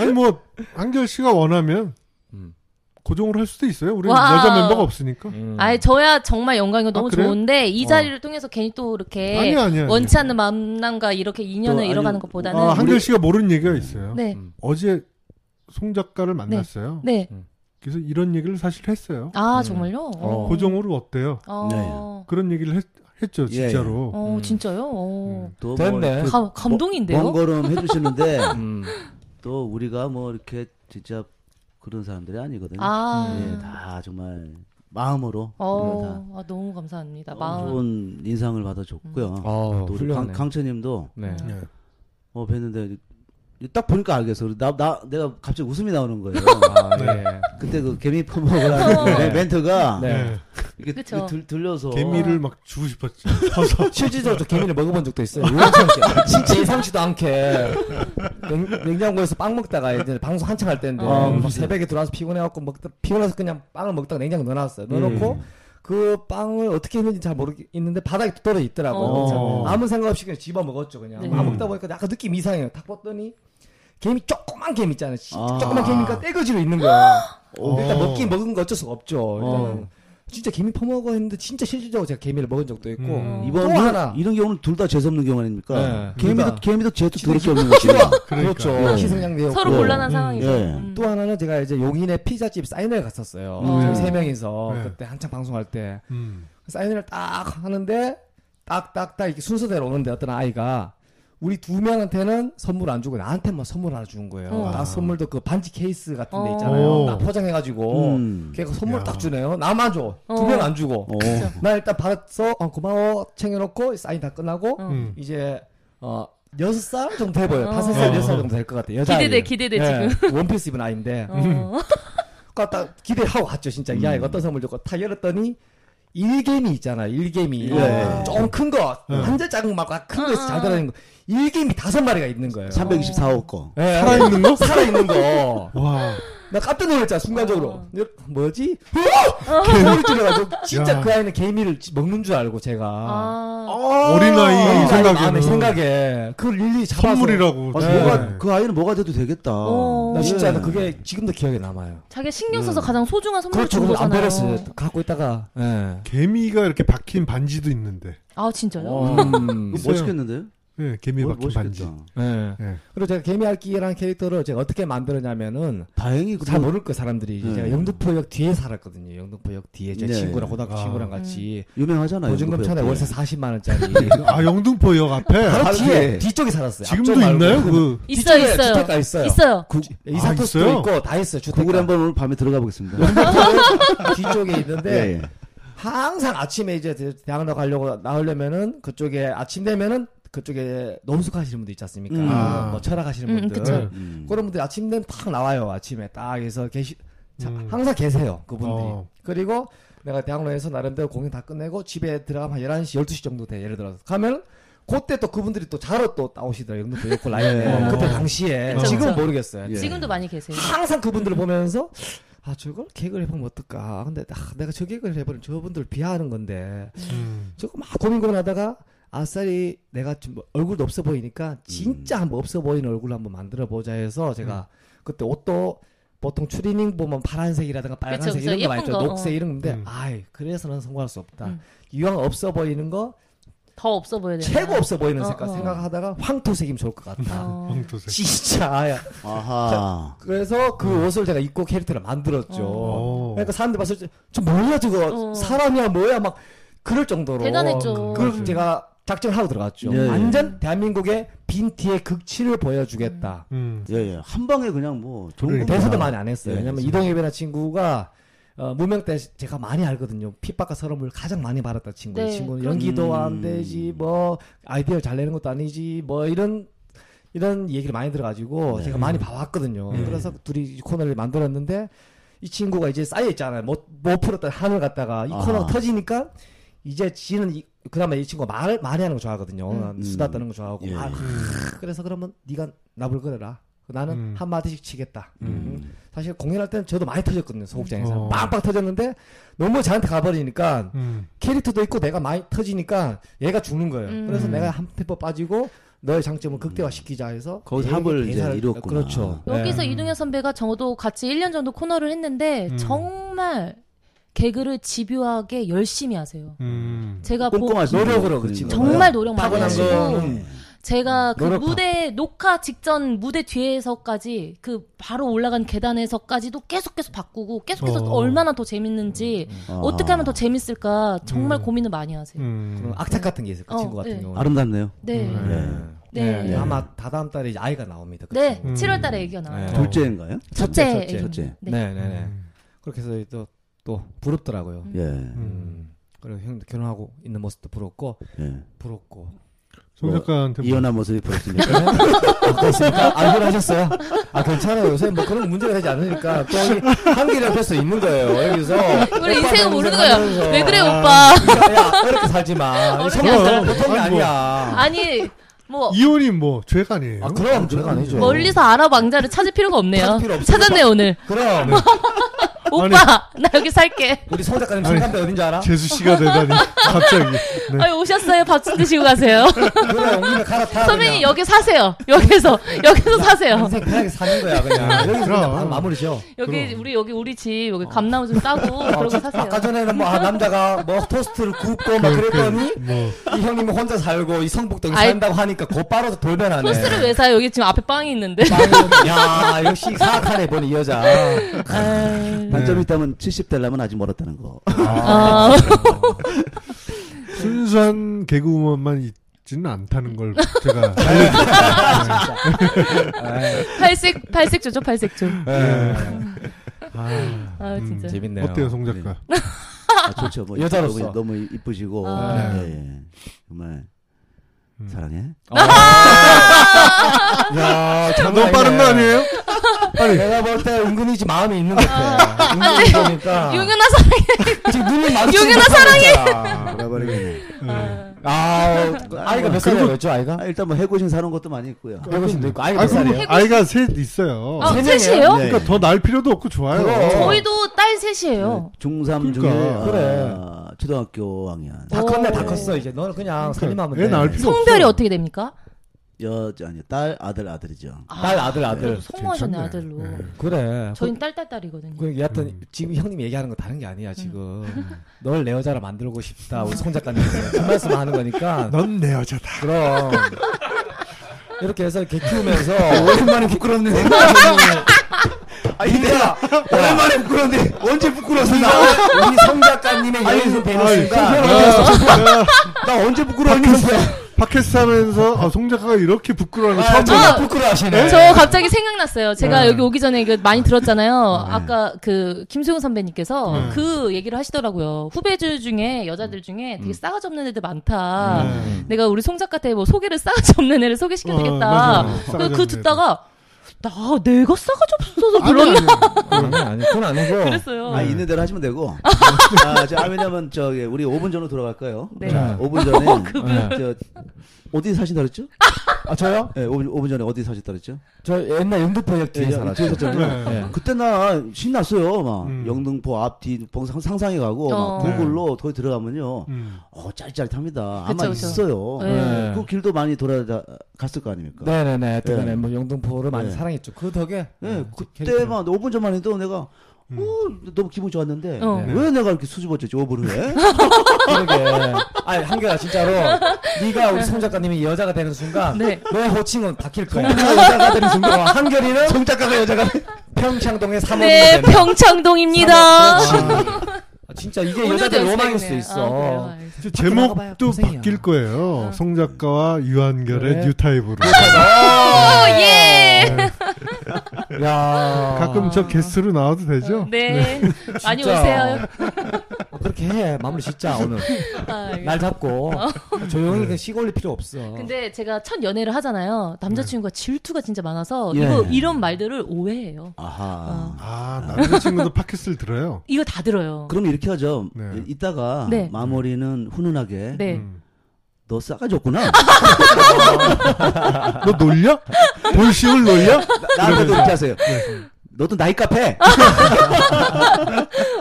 Speaker 2: 아니 뭐 한결 씨가 원하면
Speaker 4: 음.
Speaker 2: 고정을 할 수도 있어요. 우리 는
Speaker 1: 와우.
Speaker 2: 여자 멤버가 없으니까.
Speaker 1: 아이 저야 정말 영광이고 너무
Speaker 2: 그래요?
Speaker 1: 좋은데 이
Speaker 2: 어.
Speaker 1: 자리를 통해서 괜히 또 이렇게
Speaker 2: 아니 아니 아니.
Speaker 1: 원치 않는 만남과 이렇게 인연을
Speaker 3: 아니,
Speaker 1: 잃어가는 것보다는
Speaker 2: 아,
Speaker 3: 우리-
Speaker 2: 한결 씨가 모르는 얘기가 있어요.
Speaker 1: 네.
Speaker 4: 음.
Speaker 2: 어제 송 작가를 만났어요.
Speaker 1: 네.
Speaker 2: 그래서 이런 얘기를 사실 했어요.
Speaker 1: 아
Speaker 4: 음.
Speaker 1: 정말요?
Speaker 4: 어.
Speaker 2: 고정으로 어때요?
Speaker 1: 어.
Speaker 3: 네.
Speaker 2: 그런 얘기를 했, 죠
Speaker 3: 예, 예.
Speaker 2: 진짜로.
Speaker 1: 어,
Speaker 4: 음.
Speaker 1: 진짜요? 어.
Speaker 3: 또
Speaker 2: 음.
Speaker 4: 됐네.
Speaker 3: 뭐,
Speaker 1: 감, 감동인데요?
Speaker 3: 먼 걸음 해주시는데
Speaker 4: 음.
Speaker 3: 또 우리가 뭐 이렇게 진짜 그런 사람들이 아니거든요.
Speaker 1: 아.
Speaker 3: 예,
Speaker 4: 네,
Speaker 3: 다 정말 마음으로
Speaker 1: 어,
Speaker 3: 우리가 다
Speaker 1: 아, 너무 감사합니다.
Speaker 3: 너무
Speaker 1: 마음. 음.
Speaker 3: 좋은 인상을 받아줬고요.
Speaker 4: 어,
Speaker 3: 또 우리
Speaker 4: 훌륭하네.
Speaker 3: 강, 강철님도
Speaker 4: 네.
Speaker 2: 네.
Speaker 3: 어 뵀는데 딱 보니까 알겠어. 나, 나 내가 갑자기 웃음이 나오는 거예요.
Speaker 4: 아, 네.
Speaker 3: 그때 그 개미 퍼먹으라는 그 멘트가
Speaker 4: 네.
Speaker 2: 네.
Speaker 3: 이게
Speaker 1: 어. 그쵸.
Speaker 3: 들, 들려서
Speaker 2: 개미를 막 주고 싶었죠. 커서.
Speaker 4: 실질적으로 저 개미를 먹어본 적도 있어요. 우연찮게. 진짜 예상치도 않게. 냉, 장고에서빵 먹다가 이제 방송 한창 할 때인데
Speaker 3: 아,
Speaker 4: 막
Speaker 3: 그치.
Speaker 4: 새벽에 들어와서 피곤해갖고 먹다 피곤해서 그냥 빵을 먹다가 냉장고 넣어놨어요. 넣어놓고 그 빵을 어떻게 했는지 잘 모르겠는데 바닥에 떨어져 있더라고요.
Speaker 1: 어.
Speaker 4: 그래서 아무 생각 없이 그냥 집어 먹었죠. 그냥
Speaker 1: 네.
Speaker 4: 아, 먹다 보니까 약간 느낌 이상해요. 탁 뻗더니 개미 조그만 개미 있잖아요.
Speaker 3: 아.
Speaker 4: 조그만 개미가 떼거지로 있는 거야. 일단
Speaker 2: 어.
Speaker 4: 먹긴 먹은 거 어쩔 수가 없죠. 일단은.
Speaker 3: 어.
Speaker 4: 진짜 개미 퍼먹어 했는데 진짜 실질적으로 제가 개미를 먹은 적도 있고
Speaker 2: 음.
Speaker 3: 이번
Speaker 4: 또 하나.
Speaker 3: 뭐 이런 경우는 둘 다 재수없는 경우 아닙니까?
Speaker 4: 네.
Speaker 3: 개미도
Speaker 4: 그러니까.
Speaker 3: 개미도 죄도 더럽게 없는 것이야.
Speaker 4: 그렇죠.
Speaker 2: 그러니까요.
Speaker 4: 희생양대였고
Speaker 1: 서로
Speaker 3: 네.
Speaker 1: 곤란한 상황이죠.
Speaker 3: 예.
Speaker 1: 음.
Speaker 4: 또 하나는 제가 이제 용인의 피자집 사인회를 갔었어요.
Speaker 1: 음.
Speaker 4: 저희 세 명이서
Speaker 2: 네.
Speaker 4: 그때 한창 방송할 때
Speaker 2: 음.
Speaker 4: 사인회를 딱 하는데 딱딱딱 이렇게 순서대로 오는데 어떤 아이가 우리 두 명한테는 선물 안 주고 나한테만 선물 하나 주는 거예요.
Speaker 1: 어.
Speaker 4: 나 선물도 그 반지 케이스 같은 데
Speaker 1: 어.
Speaker 4: 있잖아요.
Speaker 2: 오.
Speaker 4: 나 포장해가지고
Speaker 3: 음.
Speaker 4: 걔가 선물
Speaker 2: 야.
Speaker 4: 딱 주네요. 나만 줘.
Speaker 1: 어.
Speaker 4: 두 명 안 주고.
Speaker 3: 어.
Speaker 4: 나 일단 받았어. 어, 고마워. 챙겨놓고 사인 다 끝나고
Speaker 1: 어.
Speaker 2: 음.
Speaker 4: 이제 어 여섯 살 정도 돼 보여요.
Speaker 1: 어.
Speaker 4: 다섯 살,
Speaker 2: 어.
Speaker 4: 여섯 살 정도 될 것 같아요. 여자
Speaker 1: 기대돼, 기대돼,
Speaker 4: 지금. 원피스 입은 아이인데.
Speaker 1: 어.
Speaker 4: 그러니까 딱 기대하고 갔죠, 진짜. 이 아이가 어떤 선물 줬고. 다 열었더니 일개미 있잖아, 일개미. 어,
Speaker 3: 예.
Speaker 4: 좀 큰 거,
Speaker 2: 예.
Speaker 4: 한자 작은 막큰 거에서
Speaker 1: 아.
Speaker 4: 잘 들어있는 거. 일개미 다섯 마리가 있는 거예요.
Speaker 3: 324억 거.
Speaker 4: 예, 살아있는 거? 살아있는 거.
Speaker 2: 와.
Speaker 4: 나 깜짝 놀랐잖아, 순간적으로.
Speaker 1: 어.
Speaker 4: 이렇게, 뭐지? 개미를 줄여가지고, 진짜
Speaker 2: 야.
Speaker 4: 그 아이는 개미를 먹는 줄 알고, 제가.
Speaker 1: 아.
Speaker 2: 어. 어린아이
Speaker 4: 마음의
Speaker 2: 생각에는
Speaker 4: 생각에. 그걸 일일이 잡아서.
Speaker 2: 선물이라고.
Speaker 3: 아,
Speaker 2: 네.
Speaker 3: 뭐가 그 아이는 뭐가 돼도 되겠다.
Speaker 1: 어.
Speaker 4: 나 진짜
Speaker 3: 예.
Speaker 4: 나 그게 지금도 기억에 남아요.
Speaker 1: 자기 신경 써서 가장 소중한 선물을
Speaker 4: 음. 그렇죠.
Speaker 1: 준
Speaker 4: 그걸 안
Speaker 1: 거잖아요.
Speaker 4: 버렸어요. 갖고 있다가. 예.
Speaker 2: 그 개미가 이렇게 박힌 반지도 있는데.
Speaker 1: 아 진짜요?
Speaker 2: 어.
Speaker 4: 음.
Speaker 3: 그거 멋있겠는데요?
Speaker 2: 예, 개미
Speaker 3: 뭐-
Speaker 2: 박힌 반지.
Speaker 3: 멋있겠다.
Speaker 4: 예.
Speaker 2: 예.
Speaker 4: 그리고 제가 개미알기라는 캐릭터를 제가 어떻게 만들었냐면은
Speaker 3: 다행히 그
Speaker 4: 잘 모를 거 사람들이
Speaker 2: 음.
Speaker 3: 네.
Speaker 4: 제가 영등포역 뒤에 살았거든요. 영등포역 뒤에 제
Speaker 3: 네.
Speaker 4: 친구랑 고등학교
Speaker 2: 아. 음.
Speaker 4: 친구랑 같이
Speaker 3: 유명하잖아요.
Speaker 4: 보증금
Speaker 3: 그
Speaker 4: 천에
Speaker 3: 옆에.
Speaker 4: 뭐 월세 40만 원짜리
Speaker 2: 아 영등포역 앞에
Speaker 4: 바로
Speaker 3: 바로
Speaker 4: 뒤에
Speaker 3: 뒤에.
Speaker 4: 뒤쪽에 살았어요.
Speaker 2: 지금도
Speaker 4: 아, 앞쪽 말고.
Speaker 2: 있나요? 그
Speaker 1: 있어요,
Speaker 4: 뒤쪽에
Speaker 1: 있어요.
Speaker 4: 주택가 있어요. 그
Speaker 1: 있어요.
Speaker 3: 구,
Speaker 4: 이사토스도
Speaker 2: 아, 있어요?
Speaker 4: 있고 다 있어요. 주택가
Speaker 3: 구글에 한번 오늘 밤에 들어가 보겠습니다.
Speaker 4: 뒤쪽에 있는데
Speaker 3: 예, 예.
Speaker 4: 항상 아침에 이제 대- 대학로 가려고 나오려면은 그쪽에 아침 되면은 그쪽에 노숙하시는 분들 있지 않습니까?
Speaker 3: 음.
Speaker 2: 아.
Speaker 4: 뭐 철학하시는
Speaker 1: 음,
Speaker 4: 분들
Speaker 2: 네.
Speaker 1: 그쵸.
Speaker 3: 음.
Speaker 4: 그런 분들 아침 되면 팍 나와요. 아침에 딱 해서 계시 자,
Speaker 2: 음.
Speaker 4: 항상 계세요. 그분들이.
Speaker 2: 어.
Speaker 4: 그리고 내가 대학로에서 나름대로 공연 다 끝내고 집에 들어가면 한 11시, 12시 정도 돼. 예를 들어서. 가면 그때 또 그분들이 또 자러 또 나오시더라고요. 영등포 욕구 라인에.
Speaker 2: 예.
Speaker 4: 그때 당시에.
Speaker 1: 그쵸,
Speaker 4: 지금은
Speaker 1: 그쵸.
Speaker 4: 모르겠어요.
Speaker 3: 예.
Speaker 1: 지금도 많이 계세요.
Speaker 4: 항상 그분들을 보면서 아 저걸 개그를 해보면 어떨까 근데 아, 내가 저 개그를 해버리면 저분들을 비하하는 건데
Speaker 2: 음.
Speaker 4: 저거 막 고민 고민하다가 아싸리 내가 좀뭐 얼굴도 없어 보이니까 진짜 한번 없어 보이는 얼굴로 한번 만들어 보자 해서 제가
Speaker 1: 음.
Speaker 4: 그때 옷도 보통 추리닝 보면 파란색이라든가 빨간색
Speaker 1: 그쵸, 그쵸.
Speaker 4: 이런 거 많이
Speaker 1: 예쁜
Speaker 4: 있죠
Speaker 1: 거,
Speaker 4: 녹색
Speaker 1: 어.
Speaker 4: 이런 건데
Speaker 2: 음.
Speaker 4: 아이 그래서는 성공할 수 없다
Speaker 1: 음.
Speaker 4: 이왕 없어 보이는 거
Speaker 1: 더 없어 보여야 돼.
Speaker 4: 최고 아, 없어 보이는
Speaker 1: 어,
Speaker 4: 색깔
Speaker 1: 어.
Speaker 4: 생각하다가 황토색이면 좋을 것
Speaker 1: 아.
Speaker 4: 같다
Speaker 2: 황토색.
Speaker 4: 진짜
Speaker 3: 아하.
Speaker 4: 그래서 그 옷을 제가 입고 캐릭터를 만들었죠.
Speaker 2: 어.
Speaker 4: 그러니까 사람들 봤을 때 저 뭐야 저거
Speaker 1: 어.
Speaker 4: 사람이야 뭐야 막 그럴 정도로
Speaker 1: 대단했죠.
Speaker 4: 그걸 제가 작정을 하고 들어갔죠.
Speaker 3: 예.
Speaker 4: 완전 대한민국의 빈티의 극치를 보여주겠다.
Speaker 2: 음.
Speaker 3: 예, 예. 한 방에 그냥 뭐 좋은
Speaker 2: 그러니까.
Speaker 4: 네, 대사도
Speaker 3: 겁니다.
Speaker 4: 많이 안 했어요.
Speaker 3: 예,
Speaker 4: 왜냐면
Speaker 3: 그렇죠.
Speaker 4: 이동엽이라는 친구가 어, 무명 때 제가 많이 알거든요. 핍박과 서름을 가장 많이 받았다 친구. 이
Speaker 1: 네,
Speaker 4: 친구는
Speaker 1: 그렇죠.
Speaker 4: 연기도 안
Speaker 3: 음.
Speaker 4: 되지, 뭐 아이디어 잘 내는 것도 아니지, 뭐 이런 이런 얘기를 많이 들어가지고
Speaker 3: 네.
Speaker 4: 제가 많이 봐왔거든요.
Speaker 2: 네.
Speaker 4: 그래서 둘이 코너를 만들었는데 이 친구가 이제 쌓여 있잖아요. 못 못 풀었던 한을 갖다가 이
Speaker 3: 아하.
Speaker 4: 코너가 터지니까 이제 지는 이, 그나마 이 친구가 말 말이 하는 거 좋아하거든요.
Speaker 1: 음.
Speaker 4: 난 수다 떠는 거 좋아하고
Speaker 3: 예,
Speaker 4: 아,
Speaker 3: 예.
Speaker 4: 크, 그래서 그러면 네가 나불 거려라. 나는
Speaker 2: 음.
Speaker 4: 한 마디씩 치겠다.
Speaker 3: 음.
Speaker 4: 음. 사실 공연할 때는 저도 많이 터졌거든요. 소극장에서
Speaker 2: 어.
Speaker 4: 빵빵 터졌는데 너무 저한테 가버리니까
Speaker 2: 음.
Speaker 4: 캐릭터도 있고 내가 많이 터지니까 얘가 죽는 거예요.
Speaker 1: 음.
Speaker 4: 그래서
Speaker 2: 음.
Speaker 4: 내가 한 페퍼 빠지고 너의 장점을 극대화시키자 해서
Speaker 3: 음. 거기서
Speaker 4: 얘에게
Speaker 3: 합을 이제
Speaker 4: 대사를-
Speaker 3: 이뤘구나. 네.
Speaker 4: 그렇죠.
Speaker 1: 여기서 이동현 선배가 저도 같이 1년 정도 코너를 했는데
Speaker 2: 음.
Speaker 1: 정말 개그를 집요하게 열심히 하세요.
Speaker 2: 음.
Speaker 1: 제가 보,
Speaker 3: 꼼꼼하시
Speaker 4: 노력으로 그치.
Speaker 3: 그러니까.
Speaker 1: 정말 노력 많이
Speaker 4: 타고난
Speaker 1: 하시고
Speaker 4: 거는
Speaker 1: 제가 그
Speaker 4: 노력파.
Speaker 1: 무대 녹화 직전 무대 뒤에서까지 그 바로 올라간 계단에서까지도 계속 계속 바꾸고 계속해서
Speaker 2: 어.
Speaker 1: 얼마나 더 재밌는지
Speaker 3: 음.
Speaker 1: 어떻게
Speaker 3: 아.
Speaker 1: 하면 더 재밌을까 정말
Speaker 2: 음.
Speaker 1: 고민을 많이 하세요.
Speaker 4: 그런
Speaker 2: 음.
Speaker 4: 악착 같은 게 있어요. 그
Speaker 1: 어,
Speaker 4: 친구 같은
Speaker 1: 네.
Speaker 4: 경우는.
Speaker 3: 아름답네요.
Speaker 1: 네.
Speaker 2: 음.
Speaker 1: 네. 네.
Speaker 4: 아마 다다음 달에 이제 아이가 나옵니다. 그
Speaker 1: 네,
Speaker 4: 친구.
Speaker 2: 음.
Speaker 1: 7월 달에 애기 나와요.
Speaker 4: 네.
Speaker 3: 둘째인가요?
Speaker 1: 첫째,
Speaker 4: 첫째,
Speaker 1: 애기.
Speaker 3: 첫째.
Speaker 1: 네.
Speaker 4: 네, 네, 네.
Speaker 2: 음.
Speaker 4: 그렇게 해서 또, 또 부럽더라고요.
Speaker 1: 음.
Speaker 3: 예.
Speaker 4: 음. 그리고 형도 결혼하고 있는 모습도 부럽고,
Speaker 3: 예.
Speaker 4: 부럽고.
Speaker 2: 송 작가한테 뭐-
Speaker 3: 이혼한 모습이 벌어집니다.
Speaker 4: 어떻습니까? 아, 결혼하셨어요? 아, 괜찮아요. 요새 뭐 그런 문제가 되지 않으니까. 또 여기 한길 옆에서 있는 거예요. 여기서.
Speaker 1: 우리
Speaker 4: 오빠
Speaker 1: 인생은
Speaker 4: 동생
Speaker 1: 모르는 거야.
Speaker 4: 하면서.
Speaker 1: 왜 그래,
Speaker 4: 네. 아,
Speaker 1: 오빠.
Speaker 4: 야, 야, 어렵게 살지 마.
Speaker 1: 어렵게
Speaker 4: 성격
Speaker 1: 안 살아.
Speaker 4: 보통이
Speaker 2: 아니, 뭐.
Speaker 4: 아니야.
Speaker 1: 아니, 뭐
Speaker 2: 이혼이 뭐 죄가 아니에요.
Speaker 4: 아, 그럼 죄가 아니죠.
Speaker 1: 멀리서 아랍 왕자를 찾을 필요가 없네요.
Speaker 4: 찾을 필요 없어요.
Speaker 1: 찾았네 오늘.
Speaker 4: 그럼
Speaker 1: 뭐. 오빠, 나 여기 살게.
Speaker 4: 우리 송 작가님 성감대 어딘지 알아?
Speaker 2: 재수 씨가 되다니 갑자기. 네.
Speaker 1: 아유, 오셨어요. 밥 좀 드시고 가세요.
Speaker 4: 그래 옹기가 갈아타
Speaker 1: 선배님
Speaker 4: 그냥.
Speaker 1: 여기 사세요. 여기서 여기서 사세요.
Speaker 4: 인생 편하게 사는 거야 그냥 여기서 그냥
Speaker 2: 그럼.
Speaker 4: 마- 마무리죠
Speaker 1: 여기 우리 여기 우리 집 여기 감나무 좀 따고 그러고 사세요.
Speaker 4: 아까 전에는 뭐 아, 남자가 뭐 토스트를 굽고 막 그랬더니
Speaker 2: 뭐
Speaker 4: 이 형님은 혼자 살고 이 성북동에
Speaker 1: 아이.
Speaker 4: 산다고 하니까 곧바로 돌변하네
Speaker 1: 토스를 왜 사요? 여기 지금 앞에 빵이 있는데.
Speaker 4: 빵은- 야 역시 사악하네 보니 이 여자 아, 예,
Speaker 1: 아유.
Speaker 3: 단점이 있다면 70대라면 아직 멀었다는 거.
Speaker 1: 아,
Speaker 2: 순수한 개그우먼만 있지는 않다는 걸 제가
Speaker 1: 팔색 팔색조죠 팔색조.
Speaker 4: 예.
Speaker 2: 아,
Speaker 1: 아 진짜.
Speaker 4: 재밌네요
Speaker 2: 어때요, 송 작가?
Speaker 3: 아, 좋죠. 뭐
Speaker 4: 여자로서.
Speaker 3: 너무- 너무 이쁘시고
Speaker 1: 아.
Speaker 3: 예, 예. 정말
Speaker 2: 음.
Speaker 3: 사랑해.
Speaker 4: 어. 야
Speaker 2: 아, 너무 빠른 거 아니에요? 빨리.
Speaker 4: 내가 볼 때 은근히 지금 마음이 있는 것 같아 은근히 보니까
Speaker 1: 유근아 사랑해.
Speaker 4: 지금 눈이 마주치는
Speaker 1: 유근아
Speaker 4: 사랑해
Speaker 3: 돌아버리겠네.
Speaker 4: 아, 아이가 몇 살이었죠, 아이가?
Speaker 3: 아, 일단 뭐 해고신 사는 것도 많이 있고요.
Speaker 4: 해보신도 있고, 아이가
Speaker 2: 아,
Speaker 4: 몇 살이에요?
Speaker 2: 그럼 아이가 셋 있어요.
Speaker 1: 아
Speaker 4: 세 명이에요?
Speaker 1: 셋이에요?
Speaker 3: 네.
Speaker 2: 그러니까 더 날 필요도 없고 좋아요. 어.
Speaker 4: 그럼.
Speaker 1: 저희도 딸 셋이에요.
Speaker 3: 네. 중3
Speaker 2: 그러니까.
Speaker 3: 중에
Speaker 4: 그래.
Speaker 3: 아, 초등학교 학년.
Speaker 4: 다
Speaker 1: 오.
Speaker 4: 컸네, 다 컸어, 이제. 너는
Speaker 2: 그러니까
Speaker 4: 그냥 살림하면 돼.
Speaker 2: 애 낳을 필요
Speaker 1: 성별이
Speaker 2: 없어.
Speaker 1: 어떻게 됩니까?
Speaker 3: 여자 아니 딸 아들 아들이죠.
Speaker 4: 딸, 아들, 아들.
Speaker 1: 성공하셨네
Speaker 2: 괜찮네.
Speaker 1: 아들로.
Speaker 4: 그래.
Speaker 1: 저희는 딸딸 딸이거든요.
Speaker 4: 그, 그, 여하튼,
Speaker 2: 음.
Speaker 4: 지금 형님이 얘기하는 거 다른 게 아니야, 지금. 널 내 여자로 만들고 싶다, 우리 송 작가님. 그 말씀 하는 거니까.
Speaker 2: 넌 내 여자다.
Speaker 4: 그럼. 이렇게 해서 이렇게 키우면서.
Speaker 3: 오랜만에 부끄럽네.
Speaker 4: 아, 이대야!
Speaker 3: 오랜만에 부끄럽네. 언제 부끄러웠어?
Speaker 4: 우리 송 작가님의 네. 여인을 뵈는
Speaker 2: 아이,
Speaker 4: 순간.
Speaker 3: 나 언제 부끄러웠니?
Speaker 4: 아,
Speaker 2: 팟캐스트 하면서 아, 송 작가가 이렇게 부끄러워하는 거 처음
Speaker 1: 저-
Speaker 4: 아, 부끄러워하시네.
Speaker 1: 저 갑자기 생각났어요. 제가
Speaker 2: 네.
Speaker 1: 여기 오기 전에 이거 많이 들었잖아요. 아까 그 김수용 선배님께서
Speaker 2: 네.
Speaker 1: 그 얘기를 하시더라고요. 후배들 중에 여자들 중에 되게 싸가지 없는 애들 많다.
Speaker 2: 네.
Speaker 1: 내가 우리 송 작가한테 뭐 소개를 싸가지 없는 애를 소개시켜
Speaker 2: 어,
Speaker 1: 주겠다.
Speaker 2: 맞아요.
Speaker 1: 그,
Speaker 2: 싸가지
Speaker 1: 그
Speaker 2: 없는
Speaker 1: 듣다가 나 내가 싸가지 없어서
Speaker 2: 아니, 네.
Speaker 1: 불렀나
Speaker 4: 아니, 아니, 그건 아니고.
Speaker 1: 그랬어요.
Speaker 3: 아, 있는 대로 하시면 되고. 아, 저, 아, 왜냐면, 저기, 우리 5분 전으로 돌아갈까요?
Speaker 1: 네.
Speaker 3: 자, 5분 전에.
Speaker 4: 그분.
Speaker 3: 저, 어디 사신다 그랬죠?
Speaker 4: 아, 저요?
Speaker 3: 예, 5분, 5분 전에 어디 사셨다 그랬죠?
Speaker 4: 저 옛날 영등포역 뒤에
Speaker 3: 예,
Speaker 4: 살았죠.
Speaker 2: 네.
Speaker 3: 뒤에서
Speaker 4: 예.
Speaker 1: 네.
Speaker 3: 그때 나 신났어요. 막
Speaker 2: 음. 네.
Speaker 3: 영등포 앞뒤 봉상- 상상해 가고
Speaker 1: 어.
Speaker 3: 막 구글로 거기 들어가면요.
Speaker 2: 음.
Speaker 3: 어 짜릿짜릿합니다. 아마
Speaker 1: 그쵸, 그쵸.
Speaker 3: 있어요.
Speaker 1: 네.
Speaker 3: 그 길도 많이 돌아갔을 거 아닙니까?
Speaker 4: 네네네. 하여튼간에
Speaker 3: 네.
Speaker 4: 뭐 영등포를 많이
Speaker 3: 네.
Speaker 4: 사랑했죠. 그 덕에.
Speaker 3: 예,
Speaker 2: 네.
Speaker 4: 캐릭터를.
Speaker 3: 그때만 5분 전만 해도 내가
Speaker 2: 음.
Speaker 3: 어, 너무 기분 좋았는데
Speaker 1: 어.
Speaker 2: 네.
Speaker 3: 왜 내가 이렇게 수줍어졌지 5분 후에?
Speaker 4: 그러게. 아니 한결아 진짜로 네가 우리 송 작가님이 여자가 되는 순간
Speaker 1: 네.
Speaker 4: 내 호칭은 바뀔 거야. 여자가 되는 순간 와, 한결이는 송 작가가 여자가 평창동의 사모님
Speaker 1: 네,
Speaker 4: 되는.
Speaker 1: 평창동입니다.
Speaker 4: 네. 아, 진짜 이게
Speaker 1: 오늘도
Speaker 4: 여자들
Speaker 1: 연습생이네요.
Speaker 4: 로망일 수
Speaker 1: 아,
Speaker 4: 있어.
Speaker 1: 그래요. 알겠습니다.
Speaker 2: 이제
Speaker 4: 나가봐야
Speaker 2: 제목도
Speaker 4: 고생이야.
Speaker 2: 바뀔 거예요.
Speaker 1: 아.
Speaker 2: 송 작가와 유한결의
Speaker 4: 그래.
Speaker 2: 뉴타입으로.
Speaker 4: 어,
Speaker 1: 오, 예.
Speaker 4: 야.
Speaker 2: 가끔 저 게스트로 나와도 되죠?
Speaker 1: 네. 많이
Speaker 4: 진짜. 어,
Speaker 1: 오세요.
Speaker 4: 그렇게 해. 마무리 짓자, 오늘.
Speaker 1: 아, 이거.
Speaker 4: 날 잡고. 조용히 그냥 시골릴 필요 없어.
Speaker 1: 어. 근데 제가 첫 연애를 하잖아요. 남자친구가 질투가 진짜 많아서
Speaker 3: 예.
Speaker 1: 이거 이런 말들을 오해해요.
Speaker 3: 아하.
Speaker 2: 아 남자친구도 팟캐스트를 들어요.
Speaker 1: 이거 다 들어요.
Speaker 3: 그럼 이렇게 하죠.
Speaker 2: 네.
Speaker 3: 이따가
Speaker 1: 네.
Speaker 3: 마무리는 훈훈하게
Speaker 1: 네.
Speaker 2: 음.
Speaker 3: 너 싸가지 없구나.
Speaker 2: 너 놀려? 볼시울 놀려? 네.
Speaker 3: 나한테도 이렇게 하세요. 너도 나이 카페.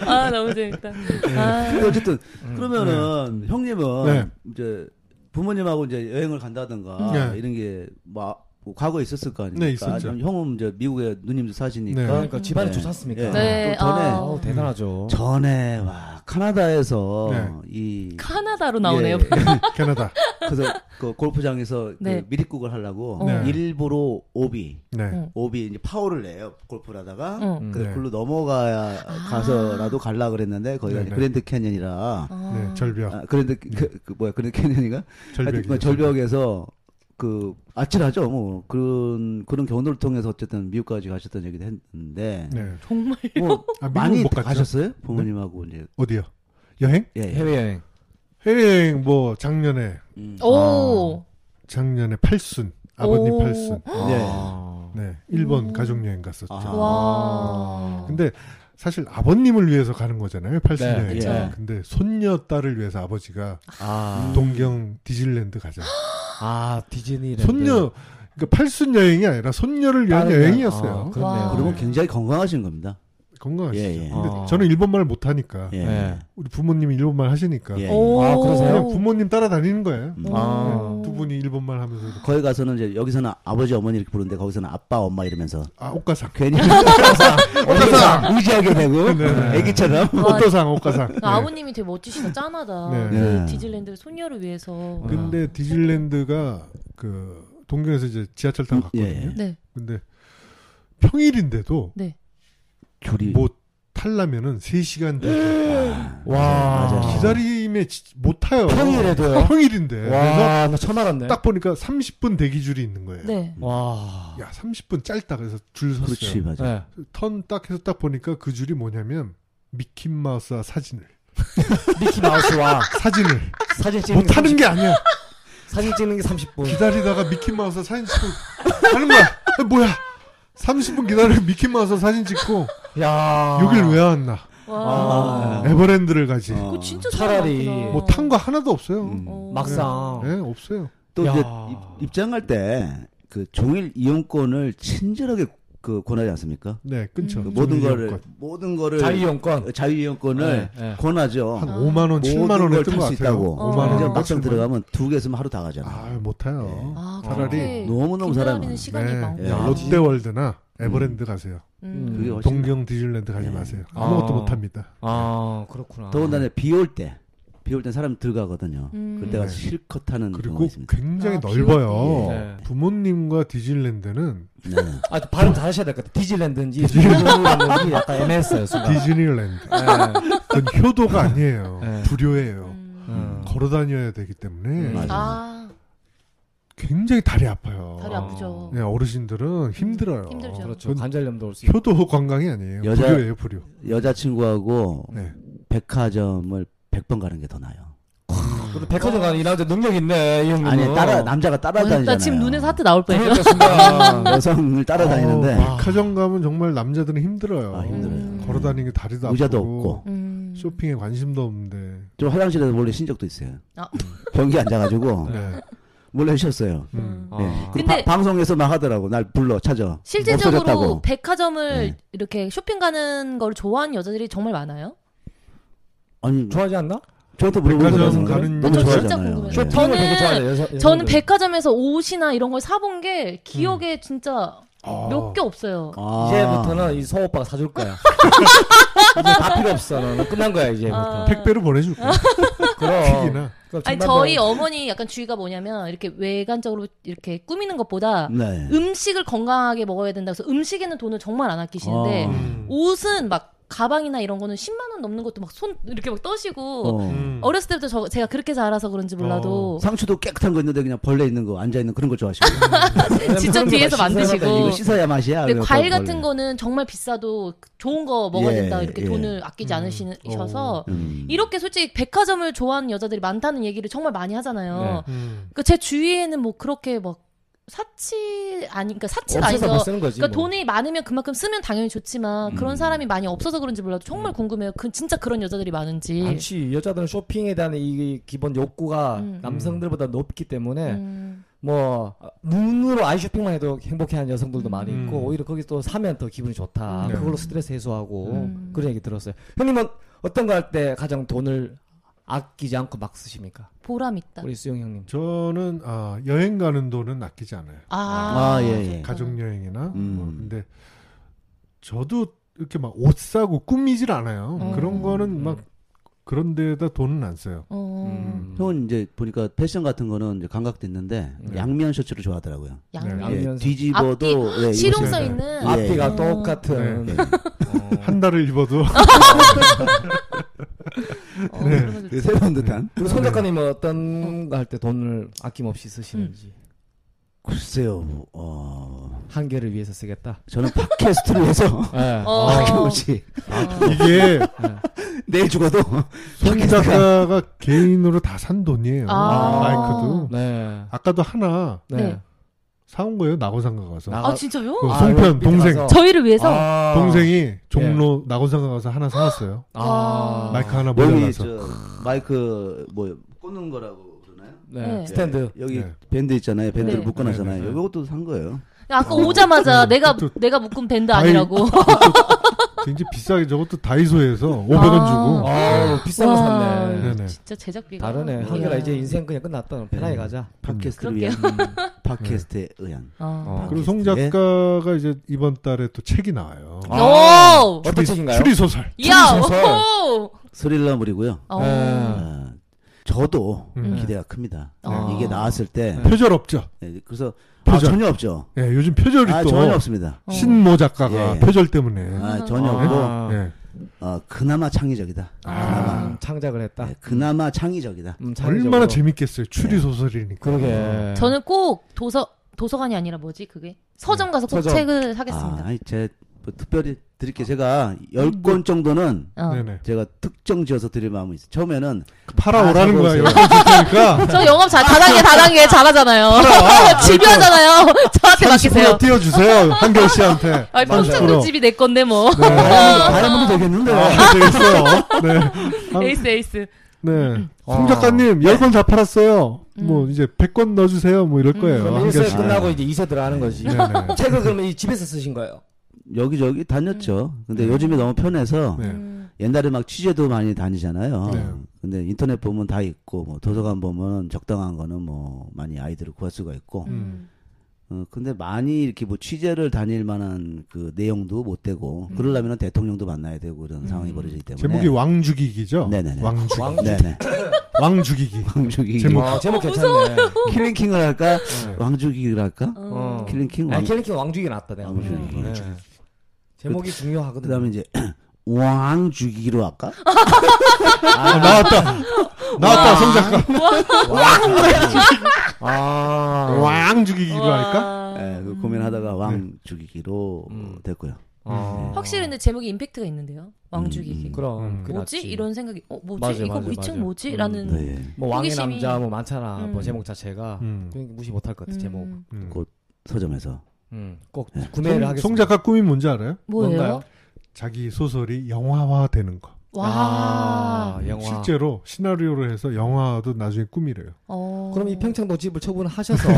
Speaker 1: 아 너무 재밌다. 아,
Speaker 3: 근데 그 어쨌든 그러면은 형님은
Speaker 2: 음. 네.
Speaker 3: 이제 부모님하고 이제 여행을 간다든가
Speaker 2: 네.
Speaker 3: 이런 게뭐 과거에 있었을 거 아닙니까?
Speaker 2: 네, 있었죠.
Speaker 3: 형은 이제 미국에 누님도 사시니까
Speaker 2: 네.
Speaker 4: 그러니까 집안에
Speaker 3: 네.
Speaker 4: 좋지 않습니까?
Speaker 3: 네.
Speaker 1: 네.
Speaker 3: 또 전에
Speaker 1: 아,
Speaker 4: 아우, 대단하죠.
Speaker 3: 전에 와 카나다에서
Speaker 2: 네.
Speaker 3: 이
Speaker 1: 카나다로 나오네요.
Speaker 3: 예, 예.
Speaker 2: 캐나다.
Speaker 3: 그래서 그 골프장에서
Speaker 1: 네. 어.
Speaker 3: 그 미립국을 하려고
Speaker 2: 네.
Speaker 3: 일부러 오비
Speaker 2: 네.
Speaker 3: 오비 이제 파워를 내요 골프를 하다가
Speaker 1: 응. 아.
Speaker 3: 그
Speaker 2: 네.
Speaker 3: 글로 넘어가야 가서라도 갈라 그랬는데 거기가 이제
Speaker 2: 네네.
Speaker 3: 그랜드 캐년이라
Speaker 1: 어.
Speaker 2: 네. 절벽.
Speaker 3: 아, 그랜드 그, 그 뭐야 그랜드 캐년인가 하여튼
Speaker 2: 네. 절벽이.
Speaker 3: 그 절벽에서 그 아찔하죠 뭐 그런 그런 경로를 통해서 어쨌든 미국까지 가셨던 얘기도 했는데
Speaker 2: 네.
Speaker 1: 정말
Speaker 3: 뭐
Speaker 2: 아, 미국은
Speaker 3: 많이
Speaker 2: 못 갔죠? 네.
Speaker 3: 가셨어요 부모님하고 이제
Speaker 2: 어디요? 여행?
Speaker 3: 예,
Speaker 4: 네.
Speaker 3: 예.
Speaker 4: 해외여행.
Speaker 2: 해외여행 뭐 작년에
Speaker 3: 음.
Speaker 1: 어, 오.
Speaker 2: 작년에 팔순 아버님
Speaker 1: 오.
Speaker 2: 팔순.
Speaker 3: 네.
Speaker 4: 아.
Speaker 2: 네. 일본 가족 여행 갔었죠.
Speaker 3: 아하.
Speaker 1: 와.
Speaker 2: 근데 사실 아버님을 위해서 가는 거잖아요. 팔순
Speaker 4: 네,
Speaker 2: 여행.
Speaker 3: 그쵸.
Speaker 2: 은 근데 손녀 딸을 위해서 아버지가
Speaker 4: 아,
Speaker 2: 동경 디즈니랜드 가자.
Speaker 4: 아 디즈니랜드.
Speaker 2: 손녀 그러니까 팔순 여행이 아니라 손녀를 위한
Speaker 4: 다른
Speaker 2: 여행이었어요.
Speaker 4: 아, 그렇네요.
Speaker 1: 와.
Speaker 3: 그리고 굉장히 건강하신 겁니다
Speaker 2: 건강하시죠.
Speaker 3: 예, 예.
Speaker 2: 근데
Speaker 4: 아.
Speaker 2: 저는 일본말 못하니까
Speaker 3: 예.
Speaker 4: 네.
Speaker 2: 우리 부모님이 일본말 하시니까
Speaker 3: 예.
Speaker 1: 오.
Speaker 4: 아, 그러세요?
Speaker 1: 어.
Speaker 2: 그냥 부모님 따라다니는 거예요.
Speaker 3: 음.
Speaker 4: 아.
Speaker 2: 두 분이 일본말 하면서 이렇게.
Speaker 3: 거기 가서는 이제 여기서는 아버지 어머니 이렇게 부르는데 거기서는 아빠 엄마 이러면서
Speaker 2: 아 옷가상
Speaker 3: 괜히 어디서 의지하게 되고
Speaker 2: 네.
Speaker 3: 애기처럼
Speaker 1: 와,
Speaker 2: 옷도상 옷가상. 네.
Speaker 1: 아, 아버님이 되게 멋지시다. 짠하다.
Speaker 2: 네. 아.
Speaker 1: 그
Speaker 3: 네.
Speaker 1: 디즈랜드 손녀를 위해서.
Speaker 2: 근데 디즈니랜드가 그 동경에서 이제 지하철 타고
Speaker 3: 음, 예.
Speaker 2: 갔거든요.
Speaker 1: 네.
Speaker 2: 근데 평일인데도
Speaker 1: 네.
Speaker 3: 줄이
Speaker 2: 못 타려면은 3시간 정도.
Speaker 4: 와.
Speaker 3: 맞아요.
Speaker 2: 기다림에 지- 못 타요.
Speaker 4: 평일에도요?
Speaker 2: 평일인데. 네, 그래서
Speaker 4: 와, 나 처음 알았네.
Speaker 2: 딱 보니까 30분 대기 줄이 있는 거예요.
Speaker 1: 네.
Speaker 4: 와.
Speaker 2: 야, 30분 짧다. 그래서 줄 섰어요.
Speaker 3: 그렇지 맞아
Speaker 4: 네.
Speaker 2: 턴 딱 해서 딱 보니까 그 줄이 뭐냐면 미키 마우스와 사진을
Speaker 4: 미키 마우스와
Speaker 2: 사진을
Speaker 4: 사진 찍는
Speaker 2: 못 하는 뭐 게 아니야.
Speaker 4: 사진 찍는 게 30분.
Speaker 2: 기다리다가 미키 마우스 사진 찍고 하는 거야. 아, 뭐야? 30분 기다리고 미키 마우스 사진 찍고
Speaker 4: 야.
Speaker 3: 아.
Speaker 4: 아. 네.
Speaker 2: 여길 왜 아. 왔나?
Speaker 1: 와.
Speaker 2: 에버랜드를 가지.
Speaker 3: 어.
Speaker 1: 네. 그거 진짜
Speaker 4: 차라리
Speaker 2: 뭐 탄 거 하나도 없어요.
Speaker 3: 음.
Speaker 1: 어.
Speaker 4: 막상
Speaker 2: 네, 없어요.
Speaker 3: 또
Speaker 4: 야.
Speaker 3: 이제 입- 입장할 때 그 종일 이용권을 친절하게 그 권하지 않습니까?
Speaker 2: 네, 끊죠.
Speaker 1: 음.
Speaker 3: 그
Speaker 1: 그
Speaker 3: 모든
Speaker 2: 종이용권.
Speaker 3: 거를 모든 거를 어,
Speaker 4: 자유이용권.
Speaker 3: 자유이용권을
Speaker 4: 네, 네.
Speaker 3: 권하죠.
Speaker 2: 한
Speaker 1: 아.
Speaker 2: 5만 원, 7만 원에
Speaker 3: 어. 걸탈
Speaker 2: 뜬것 같아요.
Speaker 3: 수 있다고.
Speaker 1: 어.
Speaker 2: 5만 원,
Speaker 1: 이제
Speaker 3: 그냥
Speaker 2: 막
Speaker 3: 막상 들어가면 두 개있으면하루 다 가잖아.
Speaker 2: 아, 못 타요.
Speaker 1: 아,
Speaker 2: 차라리
Speaker 1: 그렇게
Speaker 3: 너무너무 사람 많아.
Speaker 1: 기다리는 시간이
Speaker 2: 네.
Speaker 1: 많고.
Speaker 3: 예.
Speaker 2: 야, 롯데월드나 에버랜드 가세요.
Speaker 1: 음.
Speaker 3: 그게 훨씬
Speaker 2: 동경 디즈니랜드 가지
Speaker 3: 네.
Speaker 2: 마세요.
Speaker 4: 아.
Speaker 2: 아무것도 못 합니다.
Speaker 4: 아, 그렇구나.
Speaker 3: 더군다나 비 올 때, 비 올 때 사람 들어가거든요.
Speaker 1: 음.
Speaker 3: 그때가
Speaker 2: 네.
Speaker 3: 실컷 타는 경우가
Speaker 2: 그리고
Speaker 3: 있습니다.
Speaker 2: 굉장히
Speaker 1: 아,
Speaker 2: 넓어요.
Speaker 4: 예. 네.
Speaker 2: 부모님과 디즈니랜드는
Speaker 3: 네.
Speaker 4: 아, 발음 잘하셔야 될 것 같아. 디즈랜드인지 디즈랜드인지 약간 애매했어요.
Speaker 3: 아.
Speaker 4: 순간.
Speaker 2: 디즈니랜드.
Speaker 4: 네.
Speaker 2: 그건 효도가 아니에요.
Speaker 4: 네.
Speaker 2: 불효예요.
Speaker 1: 음.
Speaker 4: 음.
Speaker 2: 걸어 다녀야 되기 때문에
Speaker 3: 음, 맞아.
Speaker 1: 아,
Speaker 2: 굉장히 다리 아파요.
Speaker 1: 다리 아프죠.
Speaker 2: 네, 어르신들은 힘들어요.
Speaker 1: 힘들죠.
Speaker 4: 그렇죠. 관절염도 올 수 있고.
Speaker 2: 효도 관광이 아니에요.
Speaker 3: 여자-
Speaker 2: 불효예요, 불효.
Speaker 3: 여자친구하고
Speaker 2: 네.
Speaker 3: 백화점을 100번 가는 게 더 나아요.
Speaker 4: 그래도 백화점 가는 이 남자 능력 있네, 이 형님.
Speaker 3: 아니, 따라, 남자가 따라다니잖아요.
Speaker 1: 어,
Speaker 3: 네.
Speaker 1: 나 지금 눈에서 하트 나올 뻔했죠.
Speaker 4: 그러니까 순간.
Speaker 3: 여성을 따라다니는데
Speaker 2: 어, 백화점 가면 정말 남자들은 힘들어요.
Speaker 3: 아, 힘들어요.
Speaker 1: 음.
Speaker 2: 걸어 다니는 게 다리도 아프고
Speaker 3: 의자도 없고 음.
Speaker 1: 음.
Speaker 2: 쇼핑에 관심도 없는데.
Speaker 3: 저 화장실에서 몰래 쉰 적도 있어요.
Speaker 1: 아.
Speaker 3: 변기 앉아가지고
Speaker 2: 네.
Speaker 3: 몰래 쉬었어요.
Speaker 2: 음.
Speaker 4: 네. 아.
Speaker 3: 예. 그리고
Speaker 1: 근데-
Speaker 3: 바- 방송에서 막 하더라고. 날 불러 찾아.
Speaker 1: 실제적으로
Speaker 3: 없어졌다고.
Speaker 1: 백화점을
Speaker 3: 네.
Speaker 1: 이렇게 쇼핑 가는 걸 좋아하는 여자들이 정말 많아요?
Speaker 3: 아니
Speaker 4: 그 좋아하지 않나?
Speaker 3: 저한테
Speaker 2: 백화점
Speaker 3: 물어보는
Speaker 2: 가는
Speaker 3: 너무
Speaker 1: 저 진짜
Speaker 3: 좋아하잖아요.
Speaker 4: 네.
Speaker 1: 궁금해요.
Speaker 3: 예.
Speaker 1: 쇼핑- 저는-
Speaker 4: 되게 좋아해요, 여자- 여자들.
Speaker 3: 네,
Speaker 1: 저는 백화점에서 옷이나 이런 걸 사본 게 기억에
Speaker 3: 음.
Speaker 1: 진짜
Speaker 2: 아.
Speaker 1: 몇 개 없어요.
Speaker 3: 아.
Speaker 4: 이제부터는 이 서호 오빠가 사줄 거야. 이제 다 필요 없어. 너는 끝난 거야 이제부터.
Speaker 1: 아.
Speaker 2: 택배로 보내줄 거예요.
Speaker 4: 그럼.
Speaker 2: 튀기나.
Speaker 4: 그럼
Speaker 1: 아니
Speaker 4: 정말
Speaker 1: 저희 어머니 약간 주의가 뭐냐면 이렇게 외관적으로 이렇게 꾸미는 것보다
Speaker 3: 네.
Speaker 1: 음식을 건강하게 먹어야 된다 그래서 음식에는 돈을 정말 안 아끼시는데
Speaker 3: 아.
Speaker 2: 음.
Speaker 1: 옷은 막 가방이나 이런 거는 10만 원 넘는 것도 막 손 이렇게 막 떠시고
Speaker 3: 어.
Speaker 2: 음.
Speaker 1: 어렸을 때부터 저, 제가 그렇게 자라서 그런지 몰라도
Speaker 3: 상추도 깨끗한 거 있는데 그냥 벌레 있는 거 앉아 있는 그런 걸 좋아하시고 네.
Speaker 1: 직접 뒤에서 만드시고
Speaker 3: 이거 씻어야 맛이야.
Speaker 1: 근데
Speaker 3: 그래서
Speaker 1: 과일
Speaker 3: 벌레.
Speaker 1: 같은 거는 정말 비싸도 좋은 거 먹어야
Speaker 3: 예,
Speaker 1: 된다 이렇게
Speaker 3: 예.
Speaker 1: 돈을 아끼지
Speaker 2: 음.
Speaker 1: 않으셔서
Speaker 3: 음.
Speaker 1: 이렇게 솔직히 백화점을 좋아하는 여자들이 많다는 얘기를 정말 많이
Speaker 4: 네.
Speaker 1: 하잖아요.
Speaker 2: 음.
Speaker 1: 그 제 주위에는 뭐 그렇게 막 사치 아니 그러니까 사치가
Speaker 4: 없어서 못
Speaker 1: 아니죠.
Speaker 4: 쓰는 거지.
Speaker 1: 그러니까
Speaker 4: 뭐.
Speaker 1: 돈이 많으면 그만큼 쓰면 당연히 좋지만 그런
Speaker 3: 음.
Speaker 1: 사람이 많이 없어서 그런지 몰라도
Speaker 4: 음.
Speaker 1: 정말 궁금해요. 그 진짜 그런 여자들이 많은지.
Speaker 4: 많지 여자들은 쇼핑에 대한 이 기본 욕구가
Speaker 1: 음.
Speaker 4: 남성들보다 높기 때문에
Speaker 1: 음.
Speaker 4: 뭐 눈으로 아이 쇼핑만 해도 행복해하는 여성들도 많이
Speaker 2: 음.
Speaker 4: 있고 오히려 거기 또 사면 더 기분이 좋다
Speaker 2: 네.
Speaker 4: 그걸로 스트레스 해소하고
Speaker 1: 음.
Speaker 4: 그런 얘기 들었어요 형님은 어떤 거 할 때 가장 돈을 아끼지 않고 막 쓰십니까
Speaker 1: 보람 있다.
Speaker 4: 우리 수영 형님
Speaker 2: 저는 아, 여행 가는 돈은 아끼지 않아요.
Speaker 1: 아,
Speaker 3: 아, 예, 예.
Speaker 1: 좋다.
Speaker 2: 가족 여행이나
Speaker 3: 음.
Speaker 2: 뭐 근데 저도 이렇게 막 옷 사고 꾸미질 않아요.
Speaker 1: 음.
Speaker 2: 그런 거는 막 그런 데다 돈은 안 써요.
Speaker 1: 어,
Speaker 4: 음.
Speaker 3: 형은 이제 보니까 패션 같은 거는 이제 감각도 있는데
Speaker 4: 네.
Speaker 3: 양면 셔츠를 좋아하더라고요.
Speaker 1: 양면.
Speaker 4: 네. 양면
Speaker 3: 예, 뒤집어도 예,
Speaker 1: 실용성
Speaker 2: 네.
Speaker 1: 있는
Speaker 3: 아,
Speaker 4: 앞뒤가
Speaker 1: 예.
Speaker 4: 똑같은
Speaker 3: 네.
Speaker 2: 한 달을 입어도
Speaker 1: 어,
Speaker 2: 네.
Speaker 1: 그런 것도
Speaker 3: 이거 새로운 듯한.
Speaker 4: 우리 손 작가님은 어떤 거 할 때 돈을 아낌없이 쓰시는지
Speaker 3: 글쎄요. 어,
Speaker 4: 한계를 위해서 쓰겠다
Speaker 3: 저는 팟캐스트를 해서
Speaker 4: 예.
Speaker 1: 어.
Speaker 3: 아낌없이
Speaker 2: 이게
Speaker 3: 내일 죽어도
Speaker 2: 손 작가가 개인으로 다 산 돈이에요.
Speaker 1: 아.
Speaker 2: 마이크도.
Speaker 4: 네.
Speaker 2: 아까도 하나
Speaker 4: 네.
Speaker 1: 네.
Speaker 2: 사온 거예요. 낙원상가 가서.
Speaker 4: 나-
Speaker 1: 아, 진짜요?
Speaker 2: 그
Speaker 4: 아,
Speaker 2: 송편
Speaker 4: 여기 밑에
Speaker 2: 동생
Speaker 4: 가서.
Speaker 1: 저희를 위해서
Speaker 4: 아.
Speaker 2: 동생이 종로 낙원상가 가서 하나 사왔어요.
Speaker 1: 아.
Speaker 2: 마이크 하나
Speaker 3: 여기
Speaker 2: 몰려놔서.
Speaker 3: 저 마이크 뭐 꽂는 거라고 그러나요?
Speaker 4: 네.
Speaker 1: 네.
Speaker 4: 스탠드
Speaker 3: 예, 여기
Speaker 2: 네.
Speaker 3: 밴드 있잖아요. 밴드를
Speaker 1: 네.
Speaker 3: 묶어놨잖아요.
Speaker 2: 네, 네, 네.
Speaker 3: 이것도 산 거예요.
Speaker 1: 아까 오자마자
Speaker 2: 네.
Speaker 1: 내가
Speaker 2: 그것도-
Speaker 1: 내가 묶은 밴드
Speaker 2: 아이,
Speaker 1: 아니라고.
Speaker 2: 굉장히 비싸게 저것도 다이소에서 500원 주고.
Speaker 4: 아 비싼 거
Speaker 1: 어. 와, 음. 예.
Speaker 4: 샀네
Speaker 2: 네네.
Speaker 1: 진짜 제작비가
Speaker 4: 다르네.
Speaker 1: 이야.
Speaker 4: 한결아 이제 인생 그냥 끝났다. 편하게
Speaker 1: 음.
Speaker 3: 네.
Speaker 4: 가자.
Speaker 3: 팟캐스트를
Speaker 1: 그럴게요.
Speaker 3: 위한 팟캐스트에 의한.
Speaker 1: 아.
Speaker 4: 어.
Speaker 2: 그리고 송 작가가 이제 이번 달에 또 책이 나와요.
Speaker 4: 아.
Speaker 1: 어. 오!
Speaker 4: 어떤 책인가요?
Speaker 2: 추리 소설.
Speaker 1: 이야!
Speaker 4: 줄이셔서.
Speaker 1: 오!
Speaker 3: 스릴러물이고요.
Speaker 1: 어.
Speaker 4: 네.
Speaker 3: 아, 저도
Speaker 2: 음.
Speaker 3: 기대가 큽니다.
Speaker 1: 네. 아.
Speaker 3: 이게 나왔을 때
Speaker 2: 표절 없죠.
Speaker 3: 예, 그래서 아,
Speaker 2: 네. 표절.
Speaker 3: 전혀 없죠.
Speaker 2: 예, 요즘 표절이
Speaker 3: 아
Speaker 2: 또
Speaker 3: 전혀 없습니다.
Speaker 1: 어.
Speaker 2: 신모 작가가
Speaker 3: 예.
Speaker 2: 표절 때문에.
Speaker 1: 네.
Speaker 3: 아 전혀 없고
Speaker 4: 아,
Speaker 2: 예.
Speaker 3: 어, 그나마 창의적이다.
Speaker 4: 아, 창작을 했다.
Speaker 3: 예, 그나마 창의적이다.
Speaker 4: 음, 창의적으로.
Speaker 2: 얼마나 재밌겠어요. 추리 소설이니까.
Speaker 4: 그러게.
Speaker 1: 저는 꼭 도서 도서관이 아니라 뭐지 그게 서점 가서 꼭
Speaker 4: 서점.
Speaker 1: 책을
Speaker 3: 아,
Speaker 1: 사겠습니다. 음.
Speaker 3: 아니 제 뭐, 특별히 드릴게 요 제가 10권 정도는
Speaker 1: 어.
Speaker 2: 아. 네네.
Speaker 3: 제가 특정 지어서 드릴 마음이 있어요. 처음에는
Speaker 2: 팔아오라는
Speaker 4: 아,
Speaker 2: 거야.
Speaker 4: 사보세요.
Speaker 2: 여기 좋으니까.
Speaker 1: 저 영업 잘 다단계 다단계 잘하잖아요. 집요하잖아요. 저한테 맡기세요.
Speaker 2: 30% 띄워주세요. 한결 씨한테.
Speaker 1: 아니 평창도 집이 내 건데 뭐.
Speaker 2: 네.
Speaker 3: 다이아몬드 되겠는데.
Speaker 2: 아, 되겠어요. 네. 아,
Speaker 1: 에이스 에이스.
Speaker 2: 네. 송 작가님, 10권 다 팔았어요.
Speaker 1: 음.
Speaker 2: 뭐, 이제 100권 넣어주세요. 뭐, 이럴 거예요.
Speaker 4: 그럼
Speaker 2: 한결
Speaker 4: 1세
Speaker 2: 씨.
Speaker 4: 끝나고 이제 2세 들어가는 거지.
Speaker 2: 네네.
Speaker 4: 책을 그러면 이 집에서 쓰신 거예요.
Speaker 3: 여기저기 다녔죠. 근데 요즘에 너무 편해서
Speaker 2: 네.
Speaker 1: 음.
Speaker 3: 옛날에 막 취재도 많이 다니잖아요.
Speaker 2: 네.
Speaker 3: 근데 인터넷 보면 다 있고 뭐 도서관 보면 적당한 거는 뭐 많이 아이들을 구할 수가 있고.
Speaker 2: 음.
Speaker 3: 어, 근데 많이 이렇게 뭐 취재를 다닐 만한 그 내용도 못 되고
Speaker 1: 음.
Speaker 3: 그러려면 대통령도 만나야 되고 이런 상황이 벌어지기 때문에.
Speaker 2: 제목이 왕주기기죠?
Speaker 3: 네네네.
Speaker 2: 왕주기.
Speaker 4: 왕-
Speaker 3: 네네.
Speaker 2: 왕주기기.
Speaker 3: 왕족이
Speaker 1: 뭐.
Speaker 2: 제목. 네.
Speaker 4: 아,
Speaker 1: 어,
Speaker 4: 제목 괜찮네.
Speaker 3: 킬링킹을 할까? 왕족이를 할까?
Speaker 1: 음.
Speaker 4: 어.
Speaker 3: 킬링킹
Speaker 4: 아,
Speaker 3: 왕.
Speaker 4: 킬링킹 왕죽이 낫다 내가. 보기엔.
Speaker 3: 왕죽이.
Speaker 4: 네. 제목이 중요하거든.
Speaker 3: 그다음에 이제 왕죽이기로 할까?
Speaker 2: 아, 나왔다. 나왔다, 송 작가.
Speaker 4: 아.
Speaker 2: 왕주기기로 할까?
Speaker 1: 와.
Speaker 3: 예, 그 고민하다가 왕죽이기로
Speaker 4: 음.
Speaker 3: 됐고요.
Speaker 4: 아.
Speaker 1: 확실히 근데 제목이 임팩트가 있는데요. 왕주기기.
Speaker 3: 음.
Speaker 4: 그럼
Speaker 2: 음.
Speaker 4: 그게
Speaker 1: 뭐지?
Speaker 4: 낫지.
Speaker 1: 이런 생각이 어 뭐지?
Speaker 4: 맞아,
Speaker 1: 이거
Speaker 4: 맞아,
Speaker 1: 이 층
Speaker 4: 맞아.
Speaker 1: 뭐지?
Speaker 4: 음.
Speaker 1: 라는
Speaker 3: 네.
Speaker 4: 뭐 왕의
Speaker 1: 호기심이-
Speaker 4: 남자 뭐 많잖아.
Speaker 1: 음.
Speaker 4: 뭐 제목 자체가
Speaker 2: 음.
Speaker 4: 그러니까 무시 못할 것 같아 제목.
Speaker 1: 음.
Speaker 2: 음.
Speaker 3: 곧 서점에서.
Speaker 4: 음, 꼭 구매를
Speaker 2: 송-
Speaker 4: 하겠습니다.
Speaker 2: 송 작가 꿈이 뭔지 알아요?
Speaker 1: 뭐예요?
Speaker 4: 뭔가요?
Speaker 2: 자기 소설이 영화화 되는 거.
Speaker 1: 와.
Speaker 4: 아, 영화.
Speaker 2: 실제로 시나리오로 해서 영화도 나중에 꿈이래요.
Speaker 1: 어.
Speaker 4: 그럼 이 평창도 집을 처분하셔서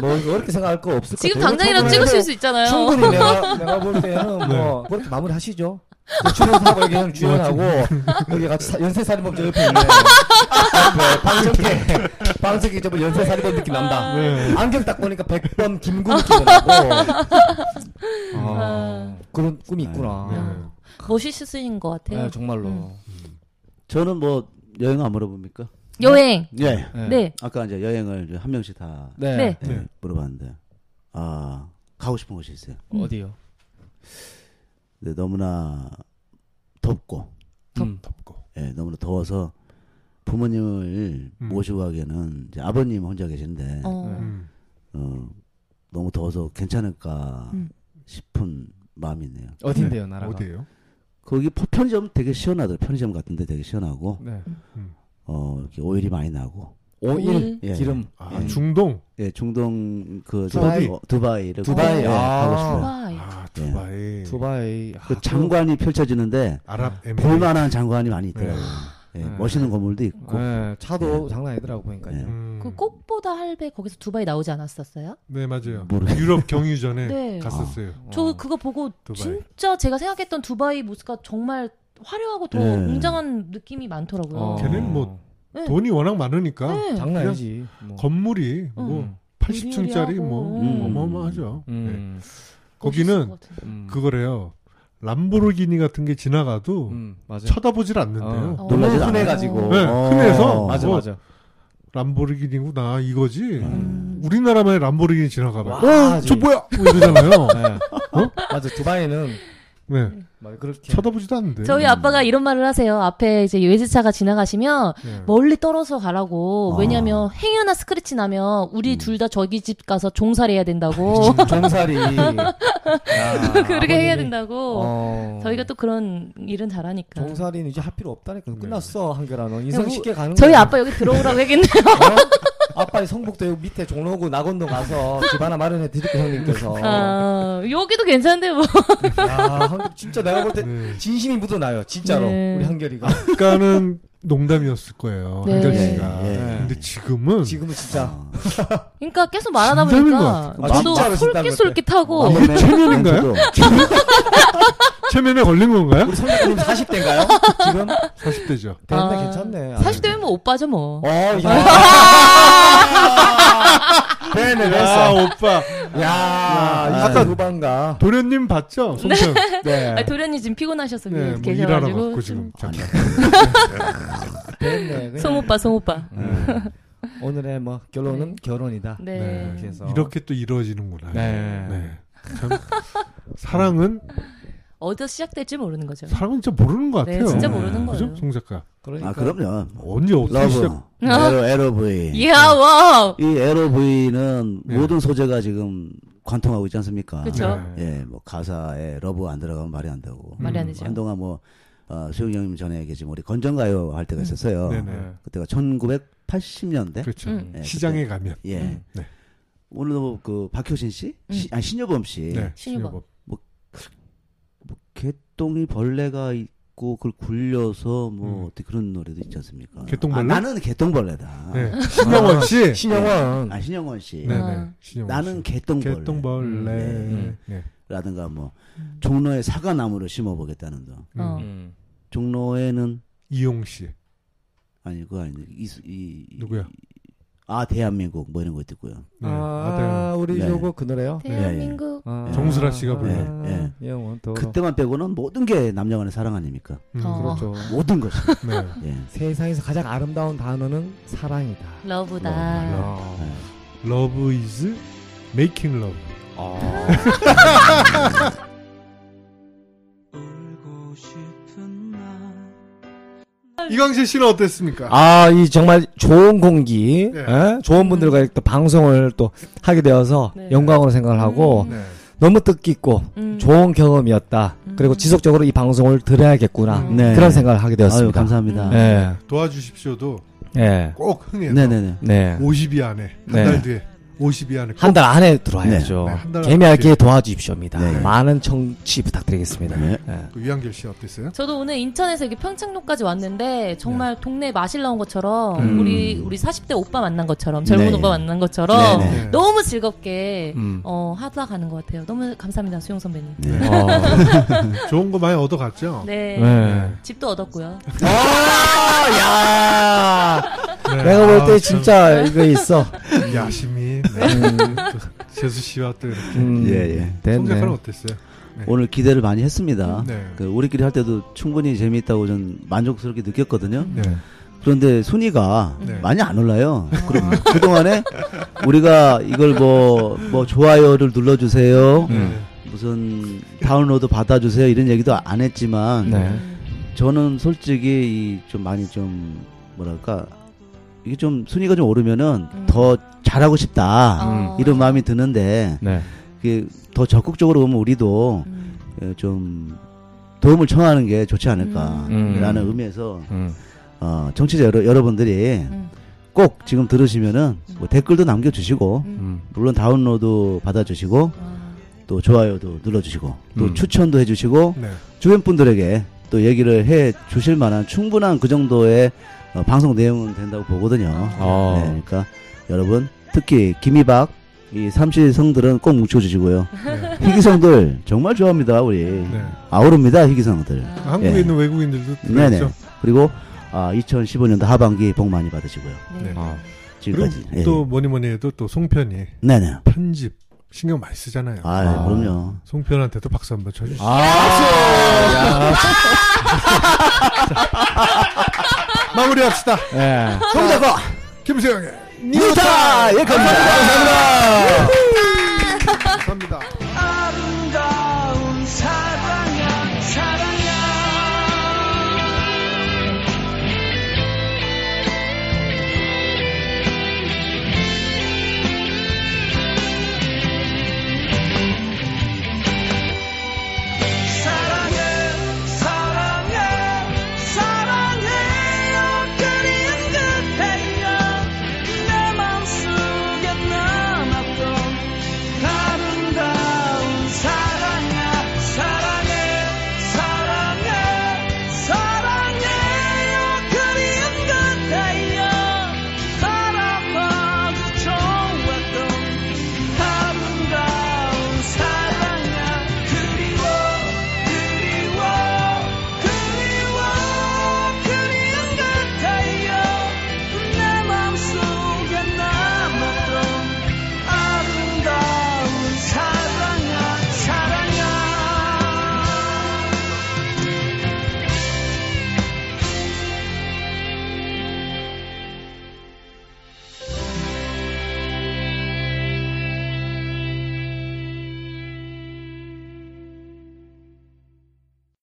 Speaker 4: 뭐 이거 어렵게 생각할 거 없을 것
Speaker 1: 지금
Speaker 4: 같아요.
Speaker 1: 당장이라도
Speaker 4: 처분해서
Speaker 1: 찍으실 수 있잖아요.
Speaker 4: 충분히 내가 내가 볼 때는 뭐 그렇게 마무리하시죠. 뭐 출연하고 여기 형 출연하고 여기 같이 사- 연쇄살인범 저 옆에 있네. 네, 방석에 방석에 저번 연쇄살인범 느낌
Speaker 1: 아.
Speaker 4: 난다.
Speaker 2: 네.
Speaker 4: 안경 딱 보니까 100번 김구 느낌 나고. 아, 그런 꿈이 있구나.
Speaker 2: 네.
Speaker 1: 멋있으신 것
Speaker 4: 네,
Speaker 1: 같아요.
Speaker 4: 정말로.
Speaker 1: 음.
Speaker 3: 저는 뭐 여행 안 물어봅니까?
Speaker 1: 여행.
Speaker 3: 예.
Speaker 1: 네.
Speaker 3: 아까 이제 여행을 이제 한 명씩 다
Speaker 4: 네.
Speaker 1: 네.
Speaker 3: 예,
Speaker 2: 네.
Speaker 3: 물어봤는데
Speaker 1: 음.
Speaker 3: 아 가고 싶은 곳이 있어요.
Speaker 4: 어디요?
Speaker 3: 근데 너무나 덥고
Speaker 6: 음.
Speaker 2: 덥고.
Speaker 3: 예, 너무나 더워서 부모님을
Speaker 2: 음.
Speaker 3: 모시고 가기에는 이제 아버님 혼자 계신데 어.
Speaker 1: 어.
Speaker 2: 음.
Speaker 3: 너무 더워서 괜찮을까
Speaker 1: 음.
Speaker 3: 싶은 마음이 있네요.
Speaker 2: 어딘데요,
Speaker 4: 어딘데요, 나라가?
Speaker 2: 어디예요?
Speaker 3: 거기 편- 편의점 되게 시원하더라고요. 편의점 같은데 되게 시원하고
Speaker 4: 네.
Speaker 3: 어 이렇게 오일이 많이 나고
Speaker 1: 어, 네.
Speaker 4: 오일,
Speaker 3: 예.
Speaker 4: 기름.
Speaker 2: 아,
Speaker 3: 예.
Speaker 2: 중동.
Speaker 3: 예, 중동 그
Speaker 4: 두바이?
Speaker 3: 어, 두바이를 꼭,
Speaker 4: 두바이,
Speaker 3: 예,
Speaker 4: 아.
Speaker 3: 가고 싶어요.
Speaker 1: 두바이.
Speaker 2: 아, 두바이.
Speaker 4: 네. 두바이.
Speaker 3: 그 장관이 펼쳐지는데
Speaker 2: 아랍 에미레이트.
Speaker 3: 볼만한 장관이 많이 있더라고요. 예,
Speaker 4: 네.
Speaker 3: 멋있는 건물도 있고.
Speaker 4: 예,
Speaker 2: 네.
Speaker 4: 차도 장난 아니더라고 보니까.
Speaker 3: 예.
Speaker 2: 음.
Speaker 1: 그 꽃보다 할배 거기서 두바이 나오지 않았었어요?
Speaker 2: 네, 맞아요.
Speaker 3: 모르겠-
Speaker 2: 유럽 경유전에
Speaker 1: 네.
Speaker 2: 갔었어요.
Speaker 1: 저 그거 보고
Speaker 2: 두바이.
Speaker 1: 진짜 제가 생각했던 두바이 모습과 정말 화려하고 더
Speaker 3: 네.
Speaker 1: 웅장한 느낌이 많더라고요.
Speaker 4: 어.
Speaker 2: 걔는 뭐
Speaker 1: 네.
Speaker 2: 돈이 워낙 많으니까
Speaker 1: 네.
Speaker 4: 장난 아니지. 뭐.
Speaker 2: 건물이 뭐
Speaker 4: 음.
Speaker 2: 80층짜리 뭐
Speaker 1: 음.
Speaker 2: 어마어마하죠. 네.
Speaker 4: 음.
Speaker 2: 거기는
Speaker 1: 멋있을 것 같은데.
Speaker 4: 음.
Speaker 2: 그거래요. 람보르기니 같은 게 지나가도
Speaker 4: 음, 맞아.
Speaker 2: 쳐다보질 않는데요.
Speaker 1: 어.
Speaker 3: 놀라지 않아요.
Speaker 4: 흔해가지고.
Speaker 2: 네,
Speaker 3: 어.
Speaker 2: 흔해서
Speaker 4: 맞아,
Speaker 2: 뭐
Speaker 4: 맞아.
Speaker 2: 람보르기니구나 이거지.
Speaker 1: 음.
Speaker 2: 우리나라만의 람보르기니 지나가봐.
Speaker 4: 와,
Speaker 2: 어, 저
Speaker 4: 지금.
Speaker 2: 뭐야? 어? 뭐 이러잖아요.
Speaker 4: 네. 맞아, 두바이는
Speaker 2: 네,
Speaker 4: 막 그렇게.
Speaker 2: 쳐다보지도 않는데.
Speaker 1: 음. 저희 아빠가 이런 말을 하세요. 앞에 이제 외제차가 지나가시면
Speaker 2: 네.
Speaker 1: 멀리 떨어서 가라고.
Speaker 3: 아.
Speaker 1: 왜냐면 행여나 스크래치 나면 우리 둘 다 저기 집 가서 종살이 해야 된다고.
Speaker 2: 어.
Speaker 4: 어. 종살이.
Speaker 2: 그
Speaker 1: 그렇게 해야 된다고.
Speaker 4: 아, 어.
Speaker 1: 저희가 또 그런 일은 잘하니까.
Speaker 4: 종살이는 이제 할 필요 없다니까.
Speaker 2: 네.
Speaker 4: 끝났어, 한결아. 너 인생
Speaker 1: 우-
Speaker 4: 쉽게 가는
Speaker 1: 뭐 저희
Speaker 4: 거야.
Speaker 1: 아빠 여기 들어오라고 얘기했는데
Speaker 4: 어? 아빠 성북도 여기 밑에 종로구 낙원동 가서 집 하나 마련해 드릴게 형님께서.
Speaker 1: 아, 여기도 괜찮은데 뭐.
Speaker 4: 야, 한- 진짜 내가 볼 때
Speaker 2: 네.
Speaker 4: 진심이 묻어나요. 진짜로.
Speaker 1: 네.
Speaker 4: 우리 한결이가.
Speaker 2: 아까는 농담이었을 거예요.
Speaker 1: 네.
Speaker 2: 한결 씨가.
Speaker 3: 예, 예.
Speaker 2: 근데 지금은
Speaker 4: 지금은 진짜
Speaker 3: 아.
Speaker 1: 그러니까 계속 말하다
Speaker 2: 진짜인
Speaker 1: 보니까
Speaker 2: 것
Speaker 4: 같아.
Speaker 1: 저도
Speaker 4: 진짜로 진짜인 것
Speaker 1: 솔깃솔깃 하고
Speaker 3: 아,
Speaker 2: 이게 체면인가요?
Speaker 3: 멘트도.
Speaker 2: 체면에 걸린 건가요?
Speaker 4: 우리 선배님 40대인가요? 지금?
Speaker 2: 40대죠.
Speaker 4: 됐네, 괜찮네.
Speaker 1: 아.
Speaker 4: 아.
Speaker 1: 사실 되면 뭐 오빠죠 뭐.
Speaker 4: 어, 야. 됐네,
Speaker 2: 야,
Speaker 4: 됐어.
Speaker 2: 아, 오빠.
Speaker 4: 야, 아까 누반가.
Speaker 2: 도련님 봤죠? 송편.
Speaker 4: 네.
Speaker 1: 아, 도련이 지금 피곤하셔서
Speaker 2: 네,
Speaker 1: 위에
Speaker 2: 뭐 일하러
Speaker 1: 계셔가지고
Speaker 2: 갔고
Speaker 1: 좀
Speaker 2: 지금. 잠깐.
Speaker 4: 아, 됐네. 그냥.
Speaker 1: 송오빠 송오빠.
Speaker 4: 오늘의 뭐 결론은 결혼이다.
Speaker 1: 네.
Speaker 2: 네.
Speaker 4: 이렇게 해서.
Speaker 2: 이렇게 또 이루어지는구나.
Speaker 4: 네.
Speaker 2: 네. 참, 사랑은
Speaker 1: 어디서 시작될지 모르는 거죠.
Speaker 2: 사랑은 진짜 모르는 것
Speaker 1: 네,
Speaker 2: 같아요.
Speaker 1: 진짜 모르는
Speaker 2: 그죠?
Speaker 1: 거예요.
Speaker 2: 송 작가.
Speaker 4: 그러니까.
Speaker 3: 아, 그럼요.
Speaker 2: 언제 어떻게
Speaker 3: 러브.
Speaker 2: 시작?
Speaker 3: 에로, 에로브이.
Speaker 1: 이야 와우.
Speaker 3: 이 에로브이는
Speaker 2: 네.
Speaker 3: 모든 소재가 지금 관통하고 있지 않습니까?
Speaker 1: 그쵸.
Speaker 3: 예, 뭐 가사에 러브 안 들어가면 말이 안 되고.
Speaker 1: 말이 안
Speaker 2: 음,
Speaker 1: 되죠.
Speaker 3: 한동안 뭐 어, 수영 형님 전에 계신 우리 건전가요 할
Speaker 1: 음.
Speaker 3: 때가 있었어요.
Speaker 2: 네네.
Speaker 4: 네.
Speaker 3: 그때가 1980년대.
Speaker 2: 그렇죠.
Speaker 1: 음.
Speaker 3: 예,
Speaker 2: 시장에 가면.
Speaker 3: 그때, 예.
Speaker 2: 네.
Speaker 3: 오늘도 그 박효신 씨,
Speaker 1: 음.
Speaker 3: 시, 아니 신여범 씨,
Speaker 2: 네.
Speaker 1: 신유법.
Speaker 3: 개똥이 벌레가 있고 그걸 굴려서 뭐
Speaker 2: 음.
Speaker 3: 어떻게 그런 노래도 있지 않습니까?
Speaker 2: 개똥벌레?
Speaker 3: 아, 나는 개똥벌레다.
Speaker 2: 네. 신영원 씨.
Speaker 4: 신영원.
Speaker 1: 네.
Speaker 3: 아 신영원 씨.
Speaker 2: 네네.
Speaker 1: 아.
Speaker 2: 신영원
Speaker 3: 나는
Speaker 2: 씨.
Speaker 3: 개똥벌레. 예,
Speaker 2: 개똥벌레.
Speaker 4: 음.
Speaker 2: 네.
Speaker 3: 라든가 뭐
Speaker 1: 음.
Speaker 3: 종로에 사과나무를 심어보겠다는 거.
Speaker 2: 음.
Speaker 1: 어.
Speaker 4: 음.
Speaker 3: 종로에는
Speaker 2: 이용 씨.
Speaker 3: 아니 그거 아닌데 이, 이
Speaker 2: 누구야?
Speaker 3: 아 대한민국 뭐 이런 것도 있고요.
Speaker 2: 네.
Speaker 4: 아,
Speaker 2: 아,
Speaker 4: 우리
Speaker 3: 네.
Speaker 4: 요거 그 노래요?
Speaker 1: 대한민국.
Speaker 4: 아,
Speaker 2: 정수라 씨가
Speaker 3: 불러요. 예,
Speaker 4: 영원
Speaker 2: 어.
Speaker 4: 더.
Speaker 3: 그때만 빼고는 모든 게 남녀간의 사랑 아닙니까?
Speaker 2: 네. 음.
Speaker 1: 어.
Speaker 4: 그렇죠.
Speaker 3: 모든 것이.
Speaker 2: 네.
Speaker 3: 예.
Speaker 4: 세상에서 가장 아름다운 단어는 사랑이다.
Speaker 1: 러브다.
Speaker 4: 아.
Speaker 3: 예.
Speaker 2: Love is making love. 이광재 씨는 어땠습니까?
Speaker 4: 아, 이 정말 좋은 공기,
Speaker 2: 네.
Speaker 4: 예? 좋은 분들과 이렇게 또 방송을 또 하게 되어서
Speaker 1: 네.
Speaker 4: 영광으로 생각을 하고
Speaker 1: 음.
Speaker 2: 네.
Speaker 4: 너무 뜻깊고
Speaker 1: 음.
Speaker 4: 좋은 경험이었다.
Speaker 1: 음.
Speaker 4: 그리고 지속적으로 이 방송을 들어야겠구나.
Speaker 1: 음.
Speaker 3: 네.
Speaker 4: 그런 생각을 하게
Speaker 3: 아유
Speaker 4: 되었습니다.
Speaker 3: 감사합니다.
Speaker 1: 네.
Speaker 4: 예,
Speaker 2: 도와주십시오도
Speaker 4: 예,
Speaker 2: 꼭 흥해서
Speaker 3: 네네네.
Speaker 4: 네.
Speaker 2: 50이 안에 한
Speaker 4: 네.
Speaker 2: 달 뒤에 50이 안에
Speaker 4: 한 달 안에 들어와야죠.
Speaker 2: 네, 한달 안에
Speaker 4: 개미알기에 도와주십시오입니다.
Speaker 3: 네.
Speaker 4: 많은 청취 부탁드리겠습니다.
Speaker 3: 네.
Speaker 4: 예.
Speaker 2: 그 유양길 씨 어땠어요?
Speaker 1: 저도 오늘 인천에서 이렇게 평창로까지 왔는데 정말 동네 마실 나온 것처럼
Speaker 4: 음.
Speaker 1: 우리 우리 40대 오빠 만난 것처럼 젊은
Speaker 3: 네.
Speaker 1: 오빠 만난 것처럼
Speaker 3: 네,
Speaker 2: 네.
Speaker 1: 너무 즐겁게
Speaker 4: 음.
Speaker 1: 어, 하다 가는 것 같아요. 너무 감사합니다, 수용 선배님.
Speaker 3: 네.
Speaker 4: 어.
Speaker 2: 네. 좋은 거 많이 얻어갔죠?
Speaker 1: 네.
Speaker 4: 네.
Speaker 1: 집도 얻었고요.
Speaker 4: 아, 야.
Speaker 2: 네.
Speaker 4: 내가 볼 때
Speaker 2: 아,
Speaker 4: 진짜 이거 있어.
Speaker 2: 참 야심이 네. 또 제수 씨와 또 이렇게
Speaker 4: 음,
Speaker 3: 예, 예.
Speaker 2: 송 작가는
Speaker 4: 됐네. 아,
Speaker 2: 어땠어요?
Speaker 3: 오늘 기대를 많이 했습니다.
Speaker 2: 네.
Speaker 3: 그 우리끼리 할 때도 충분히 재미있다고 저는 만족스럽게 느꼈거든요.
Speaker 2: 네.
Speaker 3: 그런데 순위가
Speaker 2: 네. 음.
Speaker 3: 많이 안 올라요. 그럼 그 동안에 우리가 이걸 뭐, 뭐 좋아요를 눌러주세요,
Speaker 4: 음.
Speaker 2: 네.
Speaker 3: 무슨 다운로드 받아주세요 이런 얘기도 안 했지만
Speaker 4: 네.
Speaker 3: 저는 솔직히 이 좀 많이 좀 뭐랄까 이게 좀 순위가 좀 오르면은
Speaker 1: 음.
Speaker 3: 더 잘하고 싶다
Speaker 1: 어.
Speaker 3: 아, 이런 마음이 드는데
Speaker 7: 네.
Speaker 3: 그게 더 적극적으로 오면 우리도
Speaker 1: 음.
Speaker 3: 어, 좀 도움을 청하는 게 좋지 않을까라는
Speaker 7: 음.
Speaker 3: 의미에서
Speaker 7: 음.
Speaker 3: 어, 정치자 여러, 여러분들이
Speaker 1: 음.
Speaker 3: 꼭 지금 들으시면은 뭐 댓글도 남겨주시고
Speaker 7: 음.
Speaker 3: 물론 다운로드 받아주시고
Speaker 1: 아.
Speaker 3: 또 좋아요도 눌러주시고 또
Speaker 7: 음.
Speaker 3: 추천도 해주시고
Speaker 2: 네.
Speaker 3: 주변 분들에게 또 얘기를 해 주실 만한 충분한 그 정도의 어, 방송 내용은 된다고 보거든요.
Speaker 7: 어.
Speaker 3: 네,
Speaker 4: 아.
Speaker 3: 그러니까 여러분 특히 김이박 이 삼시성들은 꼭 뭉쳐주시고요.
Speaker 2: 네.
Speaker 3: 희귀성들 정말 좋아합니다 우리
Speaker 2: 네.
Speaker 3: 아우릅니다 희귀성들.
Speaker 2: 한국에
Speaker 3: 예.
Speaker 2: 있는 외국인들도
Speaker 3: 네네.
Speaker 2: 그렇죠.
Speaker 3: 그리고 아, 2015년도 하반기 복 많이 받으시고요.
Speaker 1: 네.
Speaker 2: 네.
Speaker 7: 아.
Speaker 2: 그리고
Speaker 3: 지금까지. 예.
Speaker 2: 또 뭐니 뭐니 해도 또 송편이
Speaker 3: 네네. 아,
Speaker 2: 편집 신경 많이 쓰잖아요.
Speaker 7: 아.
Speaker 3: 그럼요.
Speaker 2: 송편한테도 박수 한번 쳐주시죠.
Speaker 4: 아.
Speaker 2: 마무리합시다.
Speaker 4: 네.
Speaker 7: 예.
Speaker 3: 정답아
Speaker 2: 김수영의
Speaker 3: 뉴타 예 감사합니다. 감사합니다.
Speaker 2: 감사합니다.